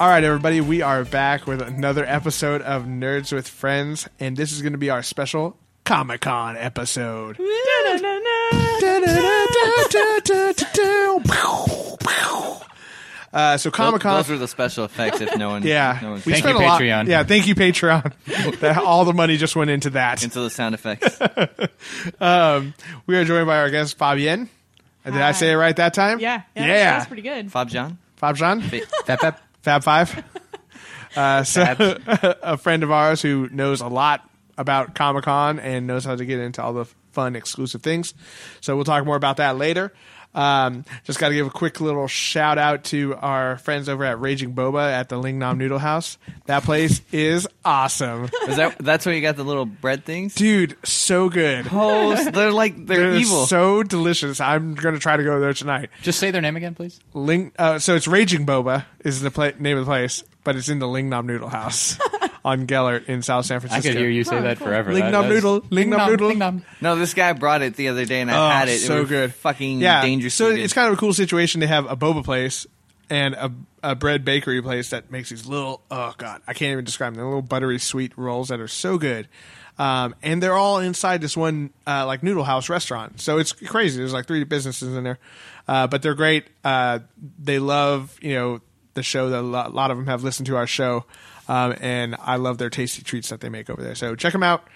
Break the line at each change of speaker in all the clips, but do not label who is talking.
All right, everybody, we are back with another episode of Nerds with Friends, and this is going to be our special Comic Con episode. Uh, so Comic Con,
Those were the special effects. If no one,
yeah,
no one's
we
Thank
spent
you,
a lot-
Patreon.
Yeah, thank you, Patreon. that, all the money just went into that.
into the sound effects.
Um, we are joined by our guest Fabienne. Did I say it right that time?
Yeah, yeah,
yeah.
that's pretty good.
Fob John,
Fab John,
Fap, fap.
Fab Five. Uh, so a friend of ours who knows a lot about Comic Con and knows how to get into all the fun exclusive things. So we'll talk more about that later. Um, just got to give a quick little shout out to our friends over at Raging Boba at the Lingnam Noodle House. That place is awesome,
is that that's where you got the little bread things?
dude. So good.
Oh, s- they're like they're,
They're
evil.
so delicious. I'm gonna try to go there tonight.
Just say their name again, please.
Ling. Uh, so it's Raging Boba is the pla- name of the place, but it's in the Lingnam Noodle House on Gellert in South San
I
Francisco.
could hear you say
Oh,
that
cool.
forever.
Ling
That-
Nam
that was-
Noodle, Ling Nam Noodle.
Ling Nam.
no, this guy brought it the other day, and I
Oh,
had it. It
so
was
good,
fucking
yeah.
dangerous.
So it's kind of a cool situation to have a boba place and a, a bread bakery place that makes these little oh god, I can't even describe them. They're little buttery sweet rolls that are so good. Um, and they're all inside this one uh, like noodle house restaurant. So it's crazy. There's like three businesses in there, uh, but they're great. Uh, they love you know the show. That a lot a lot of them have listened to our show, um, and I love their tasty treats that they make over there. So check them out.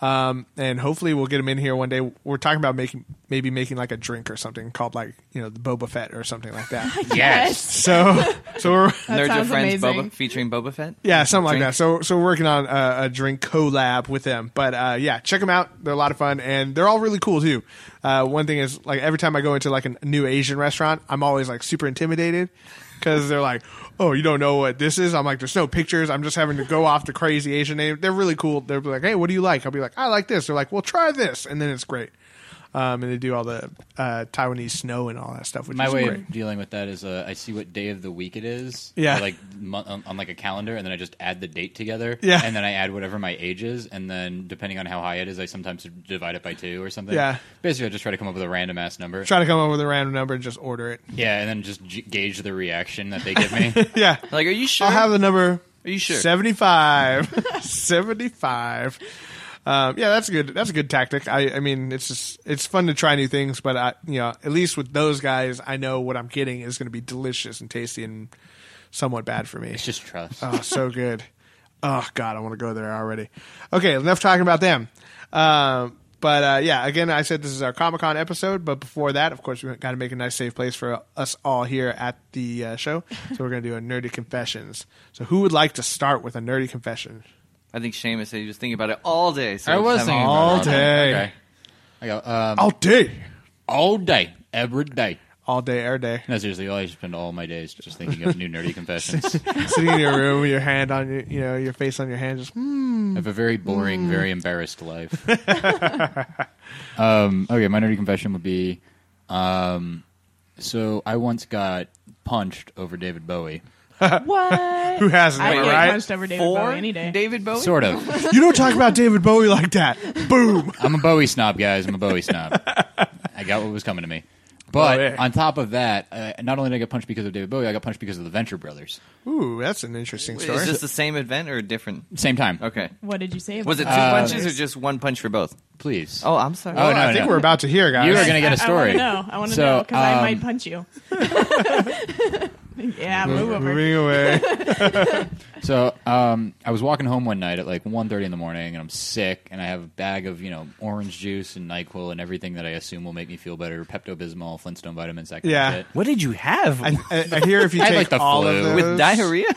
Um, and hopefully we'll get him in here one day. We're talking about making maybe making like a drink or something called like you know the Boba Fett or something like that.
Yes.
so so we're
Nerds are
sounds
friends,
amazing.
Boba, featuring Boba Fett.
yeah something like
Drink.
that. So so we're working on a, a drink collab with them. But uh, yeah, check them out. They're a lot of fun and they're all really cool too. Uh, one thing is like every time I go into like a new Asian restaurant, I'm always like super intimidated because they're like, oh, you don't know what this is. I'm like, there's no pictures. I'm just having to go off the crazy Asian name. They're really cool. They're like, hey, what do you like? I'll be like, I like this. They're like, well, try this, and then it's great. Um, and they do all the uh, Taiwanese snow and all that stuff, which
My
is
way
great.
of dealing with that is uh, I see what day of the week it is,
Yeah.
or, like mo- on, on like a calendar, and then I just add the date together,
Yeah.
and then I add whatever my age is, and then depending on how high it is, I sometimes divide it by two or something.
Yeah.
basically I just try to come up with a random ass number.
Try to come up with a random number and just order it.
yeah, and then just g- gauge the reaction that they give me.
Yeah.
Like, are you sure?
I'll have the number.
Are you sure?
75. 75. Um, yeah, that's a good. That's a good tactic. I, I mean, it's just it's fun to try new things, but I, you know, at least with those guys, I know what I'm getting is going to be delicious and tasty and somewhat bad for me.
it's just trust.
Oh, so good. Oh God, I want to go there already. Okay, enough talking about them. Um, but uh, yeah, again, I said this is our Comic Con episode. But before that, of course, we got to make a nice safe place for us all here at the uh, show. So we're going to do a nerdy confessions. So who would like to start with a nerdy confession?
I think Seamus said he was thinking about it all day. So
I
just
was
have
thinking
him-
about
all
it
day.
Okay. I go um,
All day,
all day, every day.
all day, every day.
No, seriously, I spend all my days just thinking of new nerdy confessions.
Sitting in your room with your hand on your, you know, your face on your hand, just hmm.
I have a very boring, very embarrassed life. um, okay, my nerdy confession would be um, so I once got punched over David Bowie.
What?
who hasn't,
I
Wait,
get
wait,
right?
punched over David
For
Bowie any day.
David Bowie.
Sort of.
You don't talk about David Bowie like that. Boom.
I'm a Bowie snob, guys. I'm a Bowie snob. I got what was coming to me. But
Bowie.
on top of that, uh, not only did I get punched because of David Bowie, I got punched because of the Venture Brothers.
Ooh, that's an interesting story.
Is this the same event or different?
Same time.
Okay.
What did you say?
Was it two
Uh,
about
punches or
others?
just one punch for both?
Please.
Oh, I'm sorry.
Oh,
Well, I
no,
think
no.
we're about to hear, guys.
You are going to get a story.
I want to know. I want to
So,
know because I
um,
might punch you. yeah, move over.
moving away.
So um, I was walking home one night at like 1.30 in the morning, and I'm sick, and I have a bag of you know orange juice and Nyquil and everything that I assume will make me feel better, Pepto Bismol, Flintstone vitamins, that kind
Yeah.
of shit.
What did you have
I, I, uh, I hear if you
I
take
like the
all of
flu.
those,
with diarrhea?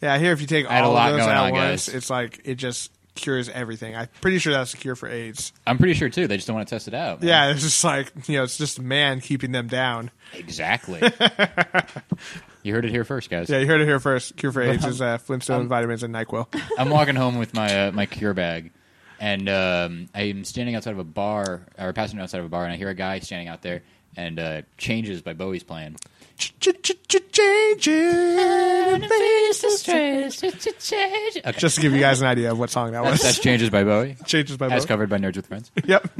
Yeah, I hear if you take all
I had a lot
of those
going
at
on,
once,
guys.
it's like it just cures everything. I'm pretty sure that's the cure for AIDS.
I'm pretty sure too. They just don't want to test it out. man.
Yeah, it's just like you know, it's just man keeping them down.
exactly. you heard it here first, guys.
Yeah, you heard it here first. Cure for AIDS
I'm-
is uh,
Um,
Flintstone vitamins and Nyquil.
I'm walking home with my uh, my cure bag, and um, I'm standing outside of a bar or passing outside of a bar, and I hear a guy standing out there, and uh, changes by Bowie's playing.
Just to give you guys an idea of what song that was.
That's changes by Bowie,
Changes by
as
Bowie.
covered by Nerds with Friends.
Yep.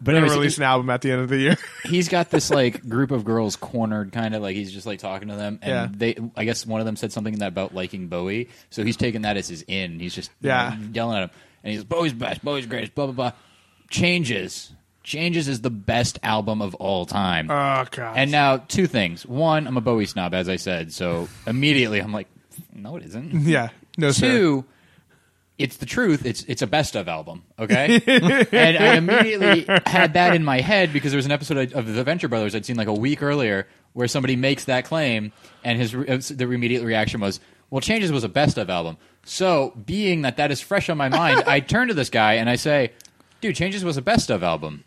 But
They're
anyways,
gonna release an album at the end of the year.
he's got this like group of girls cornered kind of like he's just like talking to them and
Yeah.
they i guess one of them said something about liking bowie so he's taking that as his in he's just
Yeah.
yelling at him and he's bowie's best bowie's greatest blah blah blah changes changes is the best album of all time
oh god.
and now two things one i'm a bowie snob as i said so immediately i'm like no it isn't
yeah. No sir.
Two, it's the truth. It's it's a best of album. Okay, and I immediately had that in my head because there was an episode of The Venture Brothers I'd seen like a week earlier where somebody makes that claim, and his re- the immediate reaction was, "Well, Changes was a best of album." So, being that that is fresh on my mind, I turn to this guy and I say, "Dude, Changes was a best of album."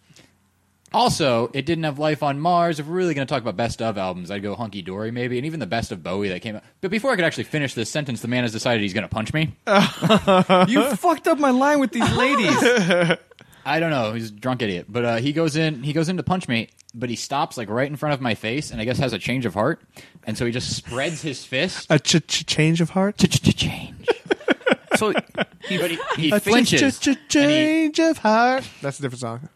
Also, it didn't have Life on Mars. If we're really going to talk about best of albums, I'd go Hunky Dory maybe, and even the best of Bowie that came out. But before I could actually finish this sentence, the man has decided he's going to punch me.
you fucked up my line with these ladies.
I don't know. He's a drunk idiot. But uh, he goes in. He goes in to punch me, but he stops like right in front of my face, and I guess has a change of heart, and so he just spreads his fist.
A ch- ch- change of heart.
Change.
so he,
But he, he
A
flinches.
Ch- ch-
and he-
change of heart. That's a different song.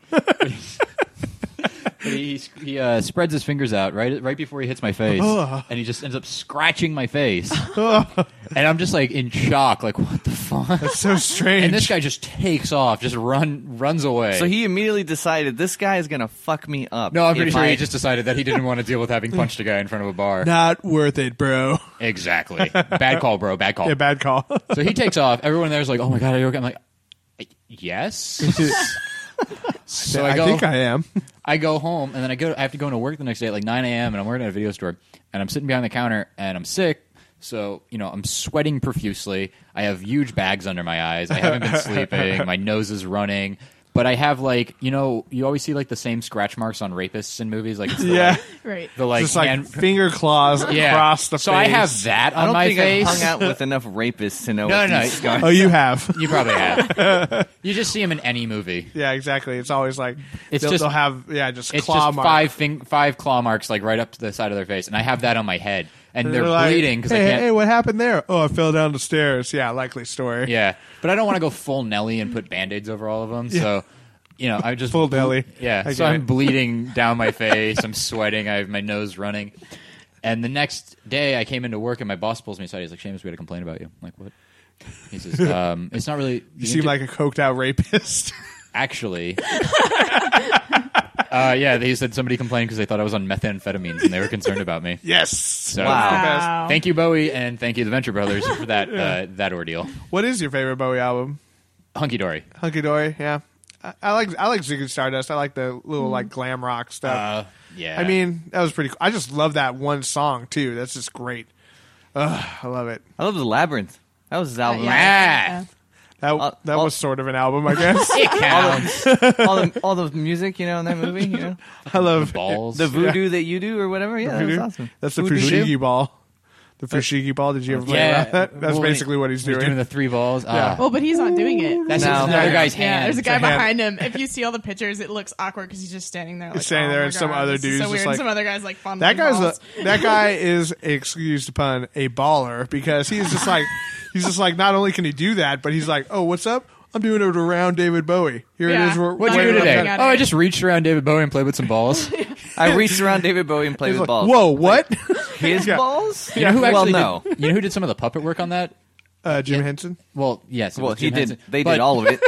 But he he uh, spreads his fingers out right right before he hits my face, and he just ends up scratching my face, and I'm just like in shock, like what the fuck?
So strange.
And this guy just takes off, just run runs away.
so he immediately decided this guy is gonna fuck me up.
no, I'm pretty
if
sure
I-
he just decided that he didn't want to deal with having punched a guy in front of a bar.
Not worth it, bro.
Exactly. Bad call, bro. Bad call.
Yeah, bad call.
So he takes off. Everyone there's like, "Oh my god, are you okay?" I'm like, "Yes." so I
I
go. I,
think I am.
go home, and then I go. I have to go into work the next day at like 9 a.m. and I'm working at a video store, and I'm sitting behind the counter, and I'm sick. So you know, I'm sweating profusely. I have huge bags under my eyes. I haven't been sleeping. My nose is running. But I have like you know you always see like the same scratch marks on rapists in movies like it's the,
Yeah.
like,
Right.
the like,
Just like
hand-
finger claws
yeah
across the
so
face.
I have that on
I don't
my
think
face
I've hung out with enough rapists to know.
No,
what
no,
these
no.
guys-
Oh, you have.
you probably have you just see him in any movie
Yeah, exactly. It's always like
It's
they'll,
just-
they'll have yeah, just
It's
claw
just
marks.
five fing- five claw marks like right up to the side of their face, and I have that on my head, and they're,
like,
bleeding because
hey,
I
hey,
can't.
Hey, what happened there? Oh, I fell down the stairs. Yeah, likely story.
Yeah, but I don't want to go full Nelly and put band aids over all of them. So, you know, I just
Full Nelly.
Yeah,
I
so
get
I'm
it.
bleeding down my face. I'm sweating. I have my nose running. And the next day, I came into work, and my boss pulls me aside. He's like, "Seamus, we had a complaint about you." I'm like, "What?" He says, um, "It's not really."
You seem like a coked out rapist.
actually. uh, yeah, they said somebody complained because they thought I was on methamphetamines and they were concerned about me.
yes.
So-
That's the best.
Wow.
Thank you, Bowie, and thank you, the Venture Brothers, for that uh, that ordeal.
What is your favorite Bowie album?
Hunky dory.
Hunky Dory. Yeah, I, I like I like Ziggy Stardust. I like the little like glam rock stuff.
Uh, yeah.
I mean, that was pretty. cool. I just love that one song too. That's just great. Ugh, I love it.
I love the labyrinth. That was his
Uh,
album.
yeah.
That
Uh,
that
well-
was sort of an album, I guess.
it counts.
all the all the music, you know, in that movie, you know,
I love
Balls.
the voodoo that you do or whatever. Yeah, that was
Voodoo?
awesome.
That's the
Voodoo.
Fushigi ball. The Fushigi ball. Did you ever play
Yeah.
around that? That's
Well,
basically what he's
He's
doing.
doing the three balls. Ah.
Well, but he's not doing it.
that's
No.
just another guy's
yeah,
hand.
there's a guy
hand.
behind him. If you see all the pictures, it looks awkward because he's just standing there. Like,
standing
"Oh
there
my
and some
God,
other
this is
dude's
So
just
weird.
like-
some other guy's like fondling
that guy's
balls.
a, that guy is excuse the pun a baller because he's just like he's just like not only can he do that, but he's like, oh, what's up? I'm doing it around David Bowie. Here
Yeah.
it is. We're,
What'd
What do you do
waiting
Wait,
today?
on
look
that.
at
Oh, I
it.
just reached around David Bowie and played with some balls. you
I reached around David Bowie and played
He's
with
like,
balls.
Whoa, what?
his
Yeah.
balls?
know who
well,
actually
no.
did, You know who did some of the puppet work on that?
Uh, Jim Henson.
Well, yes. it
Well,
was
he
Jim
did.
Henson.
They
But,
did all of it.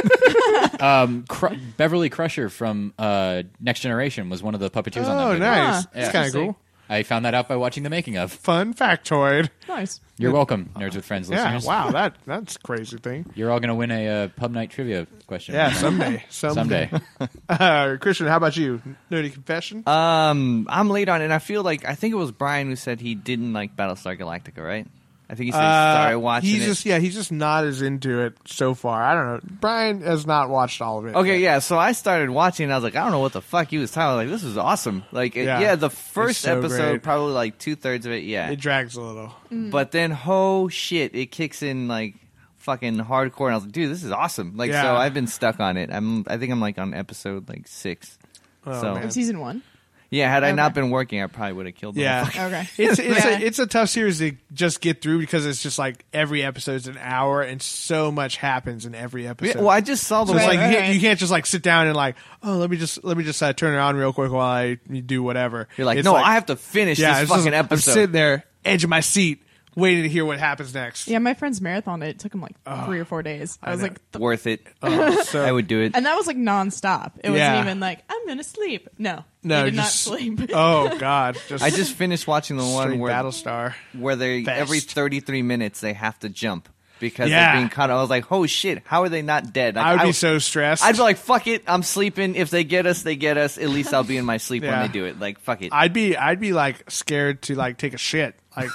Um, Cr- Beverly Crusher from uh, Next Generation was one of the puppeteers on that.
Oh,
movie.
nice.
Huh.
That's
Yeah.
kind of cool.
I found that out by watching the making of.
Fun factoid.
nice.
You're welcome, nerds with friends
Yeah.
listeners.
Wow. That that's a crazy thing.
You're all gonna win a uh, pub night trivia question.
Yeah. Someday. Someday.
someday.
Uh, Christian, how about you? Nerdy confession.
Um, I'm late on, and I feel like I think it was Brian who said he didn't like Battlestar Galactica, right? I think he said
Uh,
sorry watching
he's
it.
just yeah he's just not as into it so far i don't know brian has not watched all of it
Okay, yeah. So I started watching, and I was like, I don't know what the fuck he was talking. about. Like, this is awesome. Like, it-
Yeah.
yeah, the
It's
first
so
episode,
great.
probably like two thirds of it, yeah.
it drags a little
but then, oh shit, it kicks in like fucking hardcore, and I was like, dude, this is awesome. Like, so
Yeah.
I've been stuck on it. I'm, I think I'm like on episode like six.
Oh,
so
man.
Of season one.
Yeah, had I not
Okay.
been working, I probably would have killed them.
Yeah.
Okay.
It's it's
Yeah.
a, it's a tough series to just get through because it's just like every episode's an hour and so much happens in every episode.
Well, I just saw the
so it's
one-
like you,
Right.
can't, you can't just like sit down and like oh let me just let me just uh, turn it on real quick while I do whatever.
You're like,
It's
no, I have to finish
yeah,
this
it's just-
fucking
I'm
episode.
sitting there edge of my seat waiting to hear what happens next.
Yeah, my friend's marathon. It took him like three or four days. I was
know.
like, th-
Worth it.
Oh, so-
I would do it.
and that was like nonstop. It wasn't
Yeah.
even like I'm gonna sleep. No,
no,
I did
just-
not sleep.
oh God, just
I just finished watching the one
straight
where
Battlestar.
where they
Fast.
every 33 minutes they have to jump because
Yeah.
they're being caught. I was like, oh shit, how are they not dead? Like,
I would be
w-
so stressed.
I'd be like, fuck it, I'm sleeping. If they get us, they get us. At least I'll be in my sleep
Yeah.
when they do it. Like, fuck it.
I'd be I'd be like scared to like take a shit. Like,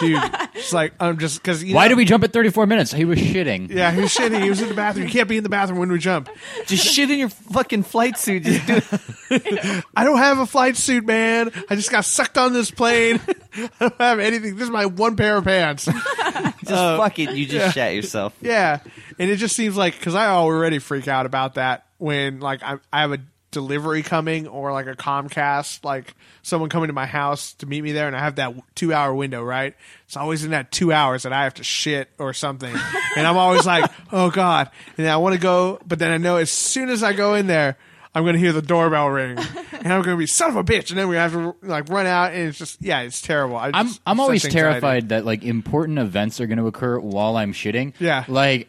dude, it's like I'm just because
Why
know,
did we jump at 34 minutes? He was shitting.
Yeah, he was shitting. He was in the bathroom. You can't be in the bathroom when we jump.
Just shit in your fucking flight suit. Just do it.
I don't have a flight suit, man. I just got sucked on this plane. I don't have anything. This is my one pair of pants.
Just
Oh.
fuck it. You just shat yourself.
Yeah, and it just seems like because I already freak out about that when like I, I have a delivery coming or like a Comcast, like someone coming to my house to meet me there, and I have that two hour window. Right, it's always in that two hours that I have to shit or something, and I'm always like, oh god, and I want to go, but then I know as soon as I go in there. I'm gonna hear the doorbell ring, and I'm gonna be son of a bitch, and then we have to like run out, and it's just yeah, it's terrible. I
I'm
just-
I'm
such
always
anxiety.
terrified that like important events are going to occur while I'm shitting.
Yeah.
Like,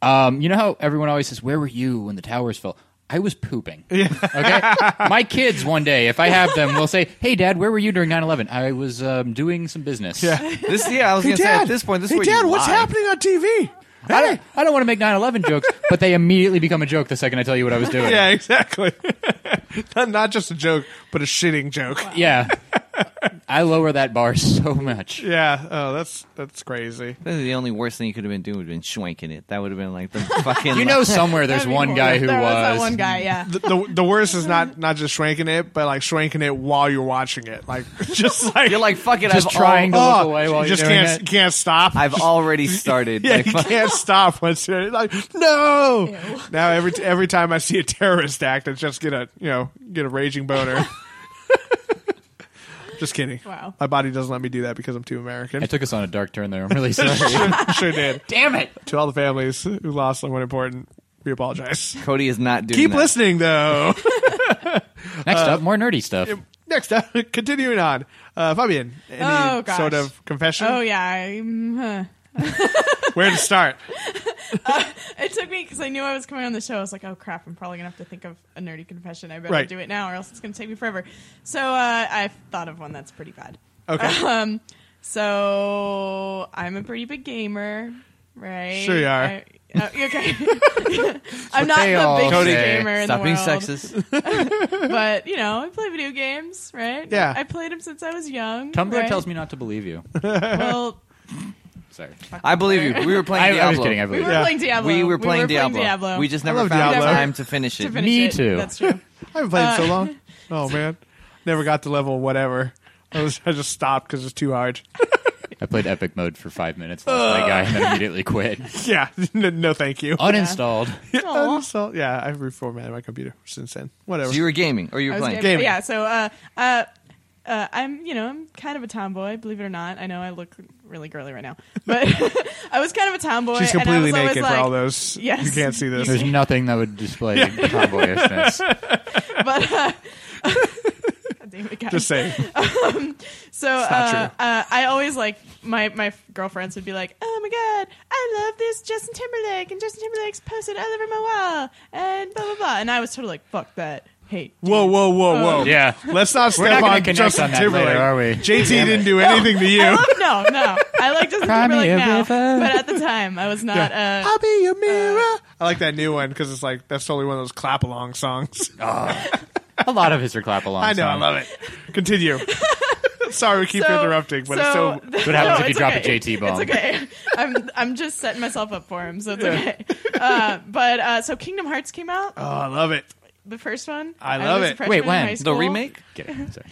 um, you know how everyone always says, "Where were you when the towers fell?" I was pooping. Okay. My kids one day, if I have them, will say, "Hey, Dad, where were you during 9/11?" I was um, doing some business.
Yeah.
This, yeah, I was
Hey,
gonna say
Dad,
at this point, this
hey,
is where
Dad,
you
what's
lie.
happening on TV?
I don't, I don't want to make 9/11 jokes, but they immediately become a joke the second I tell you what I was doing.
Yeah, exactly. not, not just a joke, but a shitting joke.
Yeah. I lower that bar so much.
Yeah. Oh, that's that's crazy.
This is the only worst thing you could have been doing would have been swanking it. That would have been like the fucking.
You know, somewhere there's
That'd be
one
horrible.
guy who
there was.
was.
that one guy. Yeah,
The, the, the worst is not not just shrinking it, but like shrinking it while you're watching it. Like just like
you're like fuck it.
Just
I've
trying to
Al-
look
oh,
away while
you
you're
just
doing
can't
it.
can't stop.
I've already started.
yeah,
Like,
you
fuck-
can't stop once you're like no.
Ew.
Now every t- every time I see a terrorist act, I just get a you know get a raging boner. just kidding.
Wow.
My body doesn't let me do that because I'm too American.
I took us on a dark turn there. I'm really sorry.
sure did.
Damn it.
to all the families who lost someone important, we apologize.
Cody is not doing.
Keep
that.
listening, though.
Next up, more nerdy stuff.
Next up, continuing on, uh, Fabian, any
Oh, gosh.
sort of confession?
Oh yeah. I, mm, huh.
Where to start?
It took me because I knew I was coming on the show. I was like, oh crap, I'm probably gonna have to think of a nerdy confession. I better
Right.
do it now, or else it's gonna take me forever. So uh, I've thought of one that's pretty bad.
Okay,
Um, so I'm a pretty big gamer, right?
Sure you are.
I, oh, okay. I'm not
they all
the biggest
Cody,
gamer in
Stop
the
being
world,
sexist.
but you know, I play video games, right?
Yeah.
I played them since I was young.
Tumblr
right?
tells me not to believe you.
Well,
Sorry.
I believe you. We were playing
I, I
Diablo.
was kidding. I
we
believe
were
Yeah.
playing Diablo.
We were playing Diablo. We just never
love
found
Diablo.
time to finish
to
it.
finish
Me
it.
too.
That's true.
I haven't played
uh,
so long. Oh man, never got to level whatever. I, was, I just stopped because it's too hard.
you. I played epic mode for five minutes, lost my guy, and then immediately quit.
yeah, no, no thank you.
Uninstalled.
Aw.
so, yeah, I've reformatted my computer since then. Whatever.
So you were gaming or you were
I was
playing.
gaming.
Yeah, so uh, uh, uh, I'm, you know, I'm kind of a tomboy, believe it or not. I know I look really girly right now, but I was kind of a tomboy.
She's
and I was
completely
always
naked
like,
for all those.
Yes.
you can't see this.
There's nothing that would display tomboyishness.
But uh, God damn it, guys.
Just saying.
So
not
uh,
true.
uh, I always like my my f- girlfriends would be like, "Oh my god, I love this Justin Timberlake and Justin Timberlake's posted all over my wall and blah blah blah," and I was totally like, "Fuck that, hate."
Whoa, whoa, whoa,
Oh.
whoa.
yeah.
Let's not
We're
step
not going to
on
connect
Justin
on that
Timberlake.
later, are we?
JT didn't do anything to you.
I love no, no. I like Justin
Cry me
Timberlake
a
now,
river.
but at the time I was not. Uh,
I'll be your mirror. I like that new one because it's like that's totally one of those clap along songs.
A lot of his are clap along.
I know, I love it. Continue. Sorry, we keep
so-
interrupting, but it's so
What happens if you
it's
drop a
okay.
JT bomb?
It's okay. I'm I'm just setting myself up for him, so it's okay. Uh, but uh, so Kingdom Hearts came out,
oh, I love it.
the first one.
I love
was a
it.
freshman
Wait,
in
when?
high
The
The
school.
remake?
Get it. Sorry.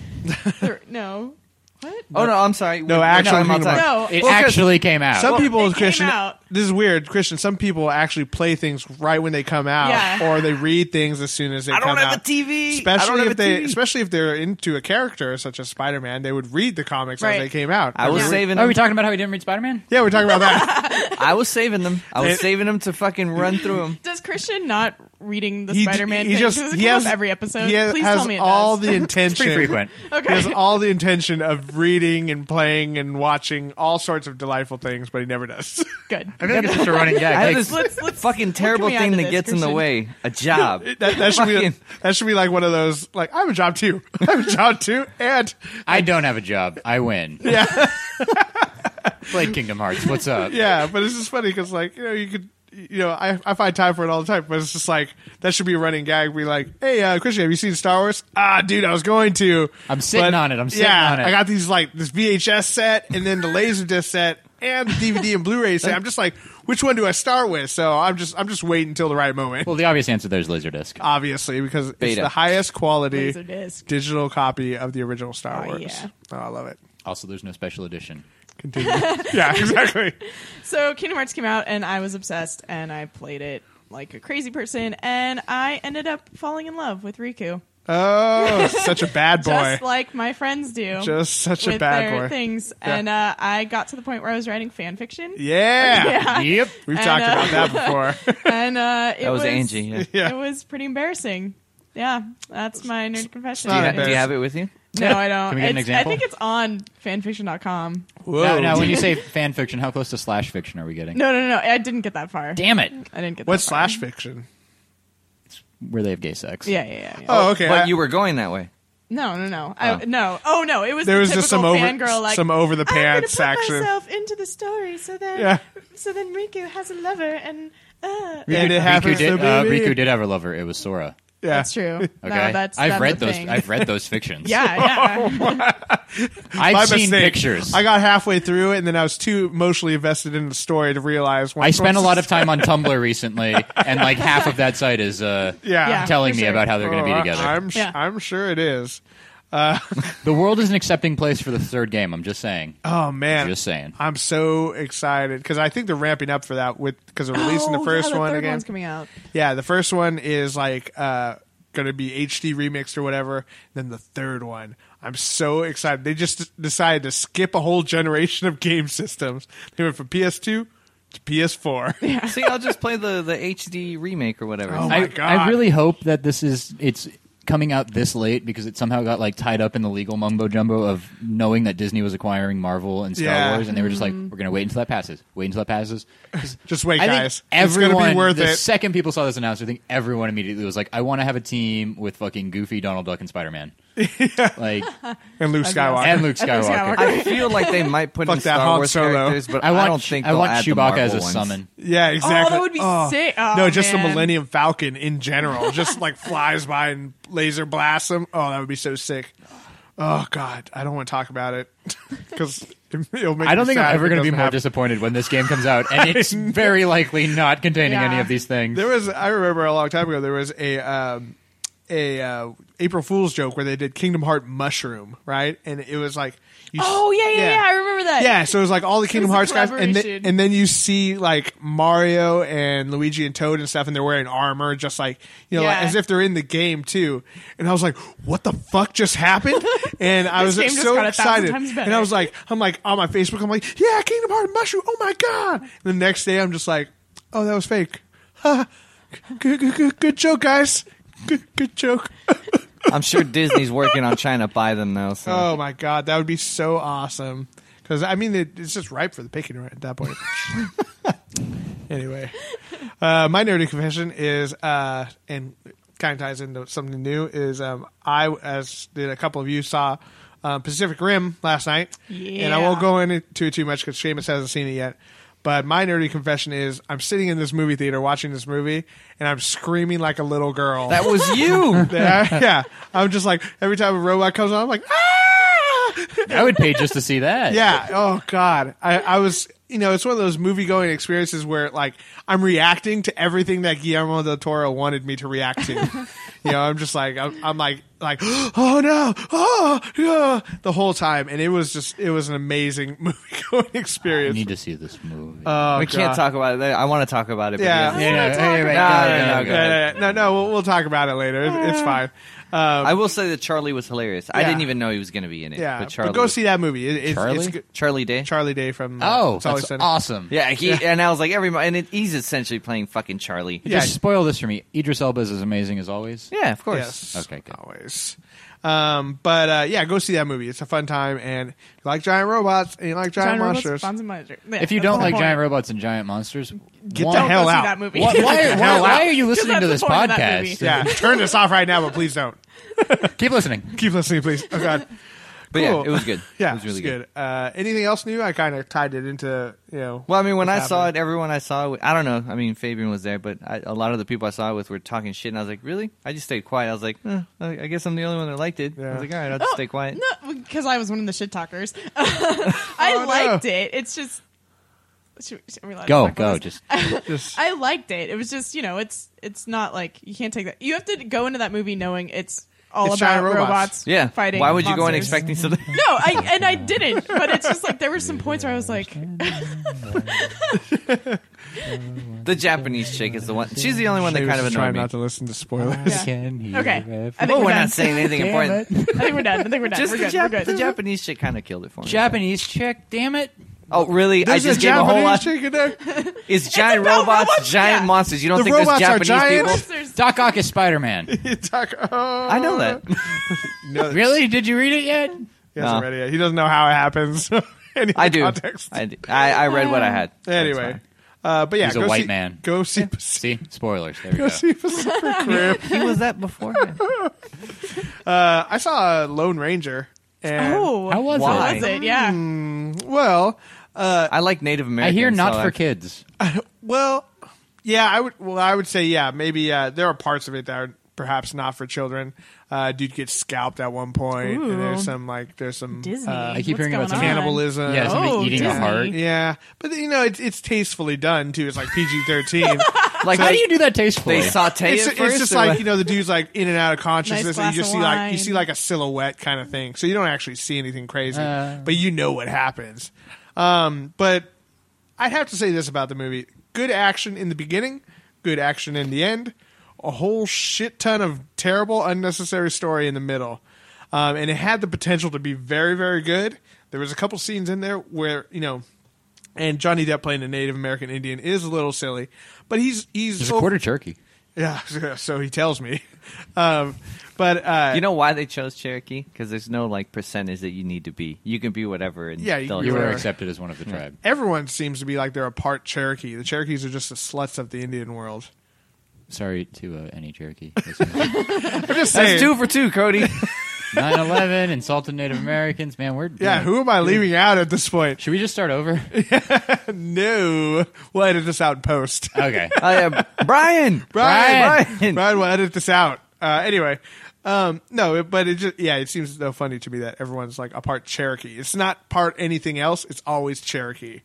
The- no. What?
Oh no, I'm sorry.
No,
We're- we're
actually,
talking
Kingdom
outside.
Hearts.
It
Well, 'cause-
actually came out.
Some
Well,
people,
it came
Christian,
out.
this is weird, Christian. Some people actually play things right when they come out,
Yeah.
or they read things as soon as they
I
come
don't have
out.
a TV.
Especially
I don't have
if
a
they,
TV.
especially if they're into a character such as Spider-Man, they would read the comics
Right.
as they came out.
I was
Yeah.
saving.
Are
Them.
we talking about how he didn't read Spider Man?
yeah, we're talking about that.
I was saving them. I was
It-
saving them to fucking run through them.
Does Christian not reading the
d-
Spider-Man thing? 'Cause it comes up every episode.
He has,
Please
has
tell me it
all
does.
the intention.
Pretty frequent.
He
okay.
has all the intention of reading and playing and watching all sorts of delightful things, but he never does.
Good.
I feel like it's just a running gag.
I have
Like,
this
Let's- let's-
fucking
what can
terrible
we add
thing
to
that
this,
gets in the
Christian?
way. A job.
That, that should be
Fucking-
that should be like one of those like I have a job too. I have a job too, and
I don't have a job. I win.
yeah,
Played Kingdom Hearts. What's up?
yeah. But it's just funny because like you know you could you know I, I find time for it all the time, but it's just like that should be a running gag. Be like, hey uh, Christian, have you seen Star Wars? Ah, dude, I was going to.
I'm sitting
But-
on it. I'm sitting
yeah,
on it.
I got these like this VHS set and then the Laserdisc set and the DVD and Blu-ray set. I'm just like, which one do I start with? So I'm just I'm just waiting until the right moment.
Well, the obvious answer there is Laserdisc.
obviously, because it's
Beta.
the highest quality
Laserdisc.
digital copy of the original Star
Oh,
Wars.
yeah.
Oh, I love it.
Also, there's no special edition.
Continue. yeah, exactly.
So Kingdom Hearts came out, and I was obsessed, and I played it like a crazy person, and I ended up falling in love with Riku,
Oh, such a bad boy.
just like my friends do.
Just such a
with
bad
their
boy.
things, and uh, I got to the point where I was writing fan fiction.
Yeah.
Yep.
We've
And,
talked
uh,
about that before.
and uh, it
That was Angie. Yeah.
yeah.
It was pretty embarrassing. Yeah, that's my nerd confession.
Do, you
not
ha-
embarrassing.
do you have it with you?
No, I don't.
Can we get an
It's-
example?
I think it's on fanfiction.com.
Whoa.
Now, now, when you say fan fiction, how close to slash fiction are we getting?
No, no, no, no. I didn't get that far.
Damn it.
I didn't get
What's
that far.
slash fiction?
Where they have gay sex.
Yeah, yeah, yeah. yeah.
Oh, okay. I-
But you were going that way.
No, no, no. I,
Oh.
no. Oh, no. It was
there
the
was just some
typical
over
fangirl, like,
some over the
I'm gonna
pants
put
section,
myself into the story so then
Yeah.
so then Riku has a lover and uh,
Yeah, and it
Riku
happens
did,
to be
uh,
me.
Riku did have a lover. It was Sora.
Yeah.
that's true. Okay. No,
Okay,
that's
I've
that's
read
the
those.
thing.
I've read those fictions.
Oh,
yeah, yeah.
I've
My
seen
mistake.
pictures.
I
I,
got halfway through it, and then I was too emotionally invested in the story to realize. Once,
spent a
once
lot of time on Tumblr recently, and like half of that site is uh,
Yeah.
Yeah.
telling
for
me
sure.
about how they're going to
Oh,
be
I-
together.
I'm,
Yeah.
am sure it is.
The world is an accepting place for the third game. I'm just saying.
Oh man,
Just saying.
I'm so excited because I think they're ramping up for that with because they're releasing
Oh,
the first
yeah, the
one
third
again.
One's coming out.
yeah, the first one is like uh, going to be HD remixed or whatever. Then the third one, I'm so excited. They just decided to skip a whole generation of game systems. They went from PS2 to PS4.
See, I'll just play the, the HD remake or whatever.
Oh,
I,
my God.
I really hope that this is it's coming out this late because it somehow got like tied up in the legal mumbo jumbo of knowing that Disney was acquiring Marvel and Star
Yeah.
Wars, and they were just like,
Mm-hmm.
"We're going to wait until that passes. Wait until that passes." 'Cause
Just wait,
I think
guys.
everyone,
it's going to be worth
the
it.
second people saw this announcement, I think everyone immediately was like, "I want to have a team with fucking Goofy, Donald Duck, and Spider Man." Like
and Luke Skywalker.
And
and Luke
Luke
Skywalker.
Skywalker.
I feel like they might put
Fuck
in
that
Star
Han
Wars
Solo.
characters, but
I
I,
want
don't
Ch-
think
I
they'll
want
add the
Chewbacca as a
Marvel ones.
summon.
Yeah, exactly.
Oh, would be sick. Oh,
no, just the
man.
Millennium Falcon in general, just like flies by and laser blasts them. Oh, that would be so sick. Oh God, I don't want to talk about it because it'll make.
I don't
me
think
sad
I'm
if
ever
it
going to be
doesn't
more
happen.
disappointed when this game comes out, and it's very likely not containing any
Yeah.
of these things.
There was, I remember a long time ago, there was a um, a uh, April Fool's joke where they did Kingdom Heart Mushroom, right? And it was like, you s-
Oh yeah, yeah, yeah, I remember that.
Yeah, so it was like all the Kingdom
was a
Hearts guys, and, then
collaboration.
and then you see like Mario and Luigi and Toad and stuff, and they're wearing armor, just like you know, like,
Yeah.
as if they're in the game too. And I was like, "What the fuck just happened?" And I was
This game just
so
got a thousand
excited,
times better.
and I was like, "I'm like on my Facebook, I'm like, yeah, Kingdom Hearts Mushroom, oh my god!" And the next day, I'm just like, "Oh, that was fake. Ha. good, good, good, good joke, guys. Good, good joke."
I'm sure Disney's working on trying to buy them though. So.
Oh my god, that would be so awesome. Because I mean, it, it's just ripe for the picking right at that point. anyway, uh, my nerdy confession is, uh, and kind of ties into something new is um, I, as did a couple of you, saw um, Pacific Rim last night, and I won't
Yeah.
go into it too much because Seamus hasn't seen it yet. But my nerdy confession is, I'm sitting in this movie theater watching this movie, and I'm screaming like a little girl.
That was you.
yeah, yeah. I'm just like every time a robot comes on, I'm like ah.
I would pay just to see that.
Yeah. Oh God. I, I was you know, it's one of those movie going experiences where like I'm reacting to everything that Guillermo del Toro wanted me to react to. you know, I'm just like I'm, I'm like like oh no, oh yeah, the whole time, and it was just it was an amazing movie going
I
experience.
need to see this movie.
Oh,
we
God.
can't talk about it. I want to talk about it. but
Yeah.
yes.
I wanna talk
hey,
about
that.
right,
No, no, no,
go, go, go.
go.
uh, Yeah, no, no, no, we'll, we'll talk about it later. It, it's fine. Um,
I will say that Charlie was hilarious. I
Yeah.
didn't even know he was going to be in it.
yeah,
but Charlie,
but go see that movie. It, it's,
Charlie?
It's good.
Charlie Day.
Charlie Day from uh,
Oh,
It's Always
that's
Sunny.
awesome.
yeah, he and I was like every mo- and it, he's essentially playing fucking Charlie.
Yeah.
Just spoil this for me. Idris Elba is as amazing as always.
Yeah, of course.
Yes.
Okay, good.
Always. Um, but uh, yeah, go see that movie. It's a fun time, and if you like giant robots and you like giant,
Giant robots,
monsters.
bonds and monsters. Yeah,
If you
that's
don't
the
like
point.
giant robots and giant monsters,
Get
one-
the
Don't
hell
go see
out.
that movie.
Why, why, why, why are you listening
that's
to
the
this
point of that
podcast?
movie.
yeah, turn this off right now, but please don't.
Keep listening.
Keep listening, please. Oh God.
But yeah,
Cool.
it was good.
Yeah,
it was really
good. Uh, anything else new? I kind of tied it into you know.
Well, I mean, when
what's
I saw it,
happening.
everyone I saw, I don't know. I mean, Fabian was there, but I, a lot of the people I saw it with were talking shit, and I was like, really? I just stayed quiet. I was like, eh, I I guess I'm the only one that liked it. I
Yeah.
was like, all right, I'll just stay quiet.
No, because I was one of the shit talkers. I
Oh,
liked it. It's just. Should, should, are we allowed to
Go,
talk about
Oh,
go.
this?
Just
Just-
I liked it. It was just you know it's it's not like you can't take that. You have to go into that movie knowing it's all
It's
about
giant robots.
robots.
Yeah.
fighting.
Why would you go in
monsters.
expecting something?
No, I and I didn't. But it's just like there were some points where I was like,
the Japanese chick is the one. She's the only one that
Maybe
kind of
just
annoyed
trying
me.
not to listen to spoilers.
Yeah.
Can he
Okay.
ever-
I think
Well,
we're
we're
done.
not saying anything
Damn
important.
it.
I think we're done. I think we're done.
Just
we're
the,
good.
Jap-
we're good.
the Japanese shit kind of killed it for me.
Japanese chick. Damn it.
oh, really?
There's
I just
a
gave a whole
Japanese
lot.
chick in there.
It's giant
about
robots,
robots,
giant
yeah.
monsters. You don't
The
think there's
robots are
Japanese
giant?
people?
Monsters.
Doc Ock is Spider Man.
You talk- oh.
I know that.
No,
really? Did you read it yet?
He hasn't
No.
read it yet. He doesn't know how it happens. Any
I do.
Context.
I, do. I I read what I had. So it's
anyway,
fine.
uh, but yeah,
He's a
go
white
see,
man.
Go see. Pacific-
See, spoilers. There we
Go
go.
see Pacific Rim.
he was that before.
Uh, I saw Lone Ranger. And,
Oh,
How was
how
it?
was it?
Hmm.
Yeah,
Well,
Uh, I like Native
I
American.
hear not
so
for
I-
kids.
well, yeah. I would. Well, I would say yeah. Maybe uh, there are parts of it that are perhaps not for children. Uh, dude gets scalped at one point,
Ooh.
and there's some like there's some
Disney.
uh,
I keep
What's
hearing
going
about some
on?
cannibalism.
yeah, somebody
Oh,
eating a
Disney.
heart.
Yeah, but you know it's it's tastefully done too. It's like PG thirteen.
Like
How do you do that tastefully?
They saute
it's,
it
it's
first.
just
or
like
what?
you know the dude's like in and out of consciousness,
Nice
and you
glass
just
of
see like you
wine.
see like a silhouette kind of thing. So you don't actually see anything crazy,
Uh.
but you know what happens. Um, but I have to say this about the movie: good action in the beginning, good action in the end, a whole shit ton of terrible, unnecessary story in the middle, um, and it had the potential to be very, very good. There was a couple scenes in there where you know. And Johnny Depp playing a Native American Indian is a little silly, but he's he's
There's a
over-
quarter turkey.
yeah, so he tells me. Um, but uh,
You know why they chose Cherokee? Because there's no like percentage that you need to be. You can be whatever. And
Yeah, you
they'll
can be
You were
whatever.
accepted as one of the tribe.
everyone seems to be like they're a part Cherokee. The Cherokees are just the sluts of the Indian world.
Sorry to uh, any Cherokee.
I'm just
That's
saying.
two for two, Cody.
9 11, insulted Native Americans. Man, we're.
yeah,
doing-
who am I leaving out at this point?
Should we just start over?
No, we'll edit this out in post.
Okay.
I am Oh, Brian.
Brian,
Uh, Brian.
Brian, we'll edit this out. Uh, anyway, um, no, it, but it just yeah, it seems so funny to me that everyone's like a part Cherokee. It's not part anything else. It's always Cherokee.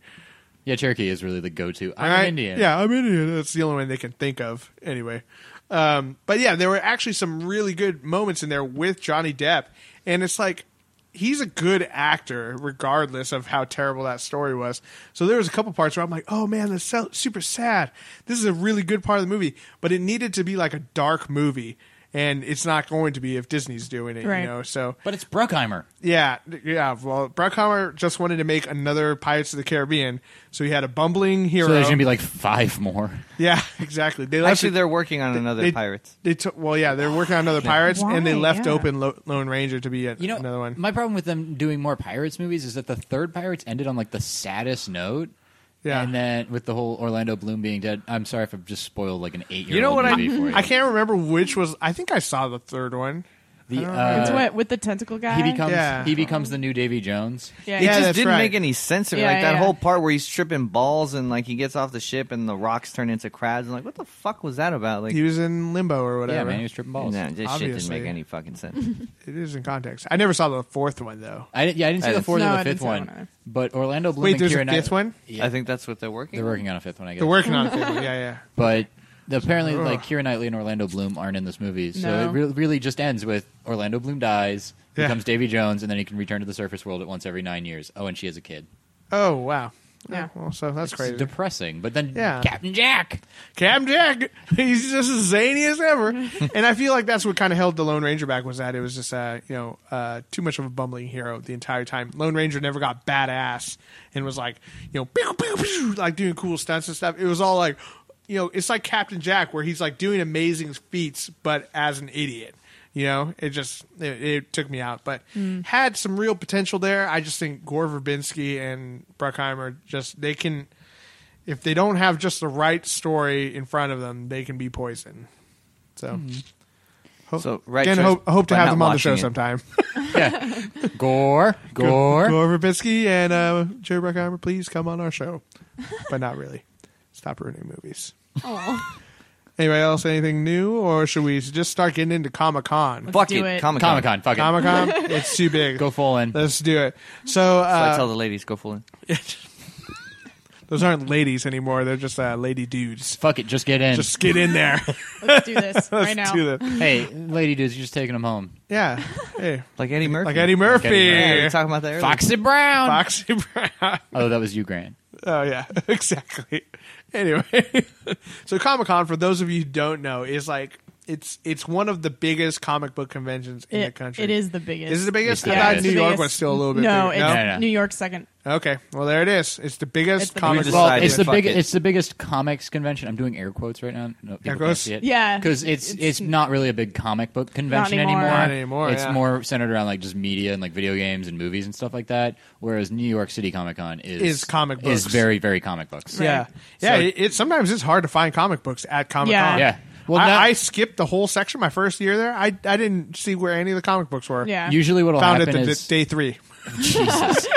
Yeah, Cherokee is really the go to. I'm
All right?
Indian.
Yeah, I'm Indian. That's the only one they can think of. Anyway, um, but yeah, there were actually some really good moments in there with Johnny Depp, and it's like he's a good actor regardless of how terrible that story was. So there was a couple parts where I'm like, oh man, that's so, super sad. This is a really good part of the movie, but it needed to be like a dark movie. And it's not going to be if Disney's doing it,
Right.
you know. So
But it's Bruckheimer.
yeah, yeah. Well, Bruckheimer just wanted to make another Pirates of the Caribbean, so he had a bumbling hero.
So there's going to be like five more.
Yeah, exactly. They left
Actually, they're working on another
they-
Pirates.
They took well, yeah, they're working on another Pirates, and they
Why?
left
Yeah.
open Lo- Lone Ranger to be a,
You know,
another one.
my problem with them doing more Pirates movies is that the third Pirates ended on like the saddest note.
Yeah.
And then with the whole Orlando Bloom being dead, I'm sorry if I've just spoiled like an eight year old
You know what I-
movie for you.
I can't remember which was. I think I saw the third one.
The,
it's
uh,
what with the tentacle guy.
he becomes
Yeah.
he becomes the new Davy Jones.
yeah,
It
Yeah,
just
that's
didn't
right.
make any sense to me.
Yeah,
like that
yeah.
whole part where he's tripping balls and like he gets off the ship and the rocks turn into crabs. I'm like, what the fuck was that about? Like,
He was in limbo or whatever.
Yeah, man, he was tripping balls.
no, this shit didn't
Obviously.
make any fucking sense.
It is in context. I never saw the fourth one though.
I didn't, yeah, I didn't see
I
the
didn't-
fourth
No,
or
I
the
didn't
fifth
see that
one,
one either.
But Orlando Bloom
Wait,
and
there's a
Keira Knight-
fifth one.
Yeah.
I think that's what they're working.
They're working on a fifth one, I guess.
They're working on a fifth one. Yeah, yeah.
but apparently,
Ugh.
like Kira Knightley and Orlando Bloom aren't in this movie, so
No.
it re- really just ends with Orlando Bloom dies,
Yeah.
becomes Davy Jones, and then he can return to the surface world at once every nine years. Oh, and she has a kid.
Oh wow.
Yeah.
Well, so that's
It's
crazy.
depressing. But then
Yeah.
Captain Jack.
Cam Jack, he's just as zany as ever, and I feel like that's what kind of held the Lone Ranger back was that it was just uh, you know uh, too much of a bumbling hero the entire time. Lone Ranger never got badass and was like you know pew, pew, pew, like doing cool stunts and stuff. It was all like you know it's like Captain Jack where he's like doing amazing feats but as an idiot. You know, it just it, it took me out, but had some real potential there. I just think Gore Verbinski and Bruckheimer just they can if they don't have just the right story in front of them, they can be poison. So, hope,
So, right
again,
choice
hope, hope to
by
have
not
them on the show
watching it.
sometime.
Yeah. Gore. Gore.
Gore Verbinski and uh, Jerry Bruckheimer, please come on our show, but not really. Stop ruining movies.
Oh,
Anybody else anything new, or should we just start getting into Comic Con?
Fuck
do
it,
it.
Comic Con.
Comic Con. Fuck it.
Comic Con, it's too big.
Go full in.
Let's do it. So,
So I
uh,
tell the ladies go full in.
those aren't ladies anymore; they're just uh, lady dudes.
Fuck it. Just get in.
Just get in there.
let's do this
Let's
right now.
do this.
hey, lady dudes, you're just taking them home.
Yeah. Hey.
Like Eddie Murphy.
Like Eddie Murphy.
Eddie Murphy.
Yeah, we were talking about that earlier.
Foxy Brown.
Foxy Brown.
Oh, that was you, Grant.
Oh yeah, exactly. Anyway, so Comic Con for those of you who don't know is like it's it's one of the biggest comic book conventions in the
It,
country.
it is the biggest.
Is it the biggest?
It's the
I thought
biggest.
New
The
York
biggest.
was still a little bit.
No,
bigger.
it's
No, no, no.
New York second.
Okay, well there it is. It's the biggest
It's the
comic.
biggest.
book-
Well,
decided,
it's the
fuck
big,
it.
it's the biggest comics convention. I'm doing air quotes right now. No, people
Air
can't
quotes?
see it.
Yeah,
because it's, it's not really a big comic book convention
anymore. Not
anymore,
It's
yeah.
more centered around like just media and like video games and movies and stuff like that. Whereas New York City Comic Con is
Is comic
is
books.
very very comic books.
yeah,
Right.
yeah.
So-
it, it- sometimes it's hard to find comic books at Comic Con.
Yeah.
Yeah. Well,
I,
that-
I skipped the whole section my first year there. I I didn't see where any of the comic books were.
Yeah.
Usually, what'll
found it
happen
the,
is
day three.
Jesus.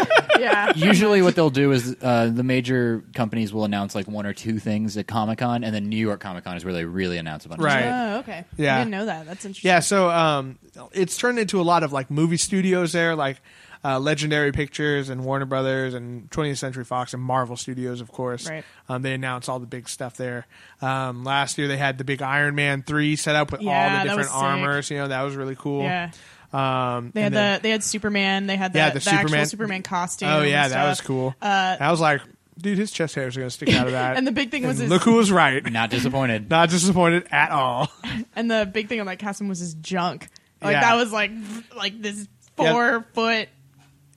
yeah.
Usually, what they'll do is uh, the major companies will announce like one or two things at Comic Con, and then New York Comic Con is where they really announce a bunch.
Right.
Of stuff.
Oh, okay.
Yeah.
I didn't know that. That's interesting.
Yeah, so um, it's turned into a lot of like movie studios there, like uh, Legendary Pictures and Warner Brothers and 20th Century Fox and Marvel Studios, of course.
Right.
Um, they announce all the big stuff there. Um, last year they had the big Iron Man three set up with all
Yeah,
the
that was
different
sick.
armors. You know that was really cool.
Yeah.
Um,
They had
and then-
the they had Superman. They had the,
Yeah, the
the, actual
Superman-
Superman, costume.
oh
and
yeah, that was
stuff.
cool. Uh, I was like, dude, his chest hairs are gonna stick out of that.
And the big thing was his,
look who was right.
Not disappointed.
Not disappointed at all.
and the big thing on that costume was his junk. Like
Yeah.
that was like like this
Yeah.
four foot.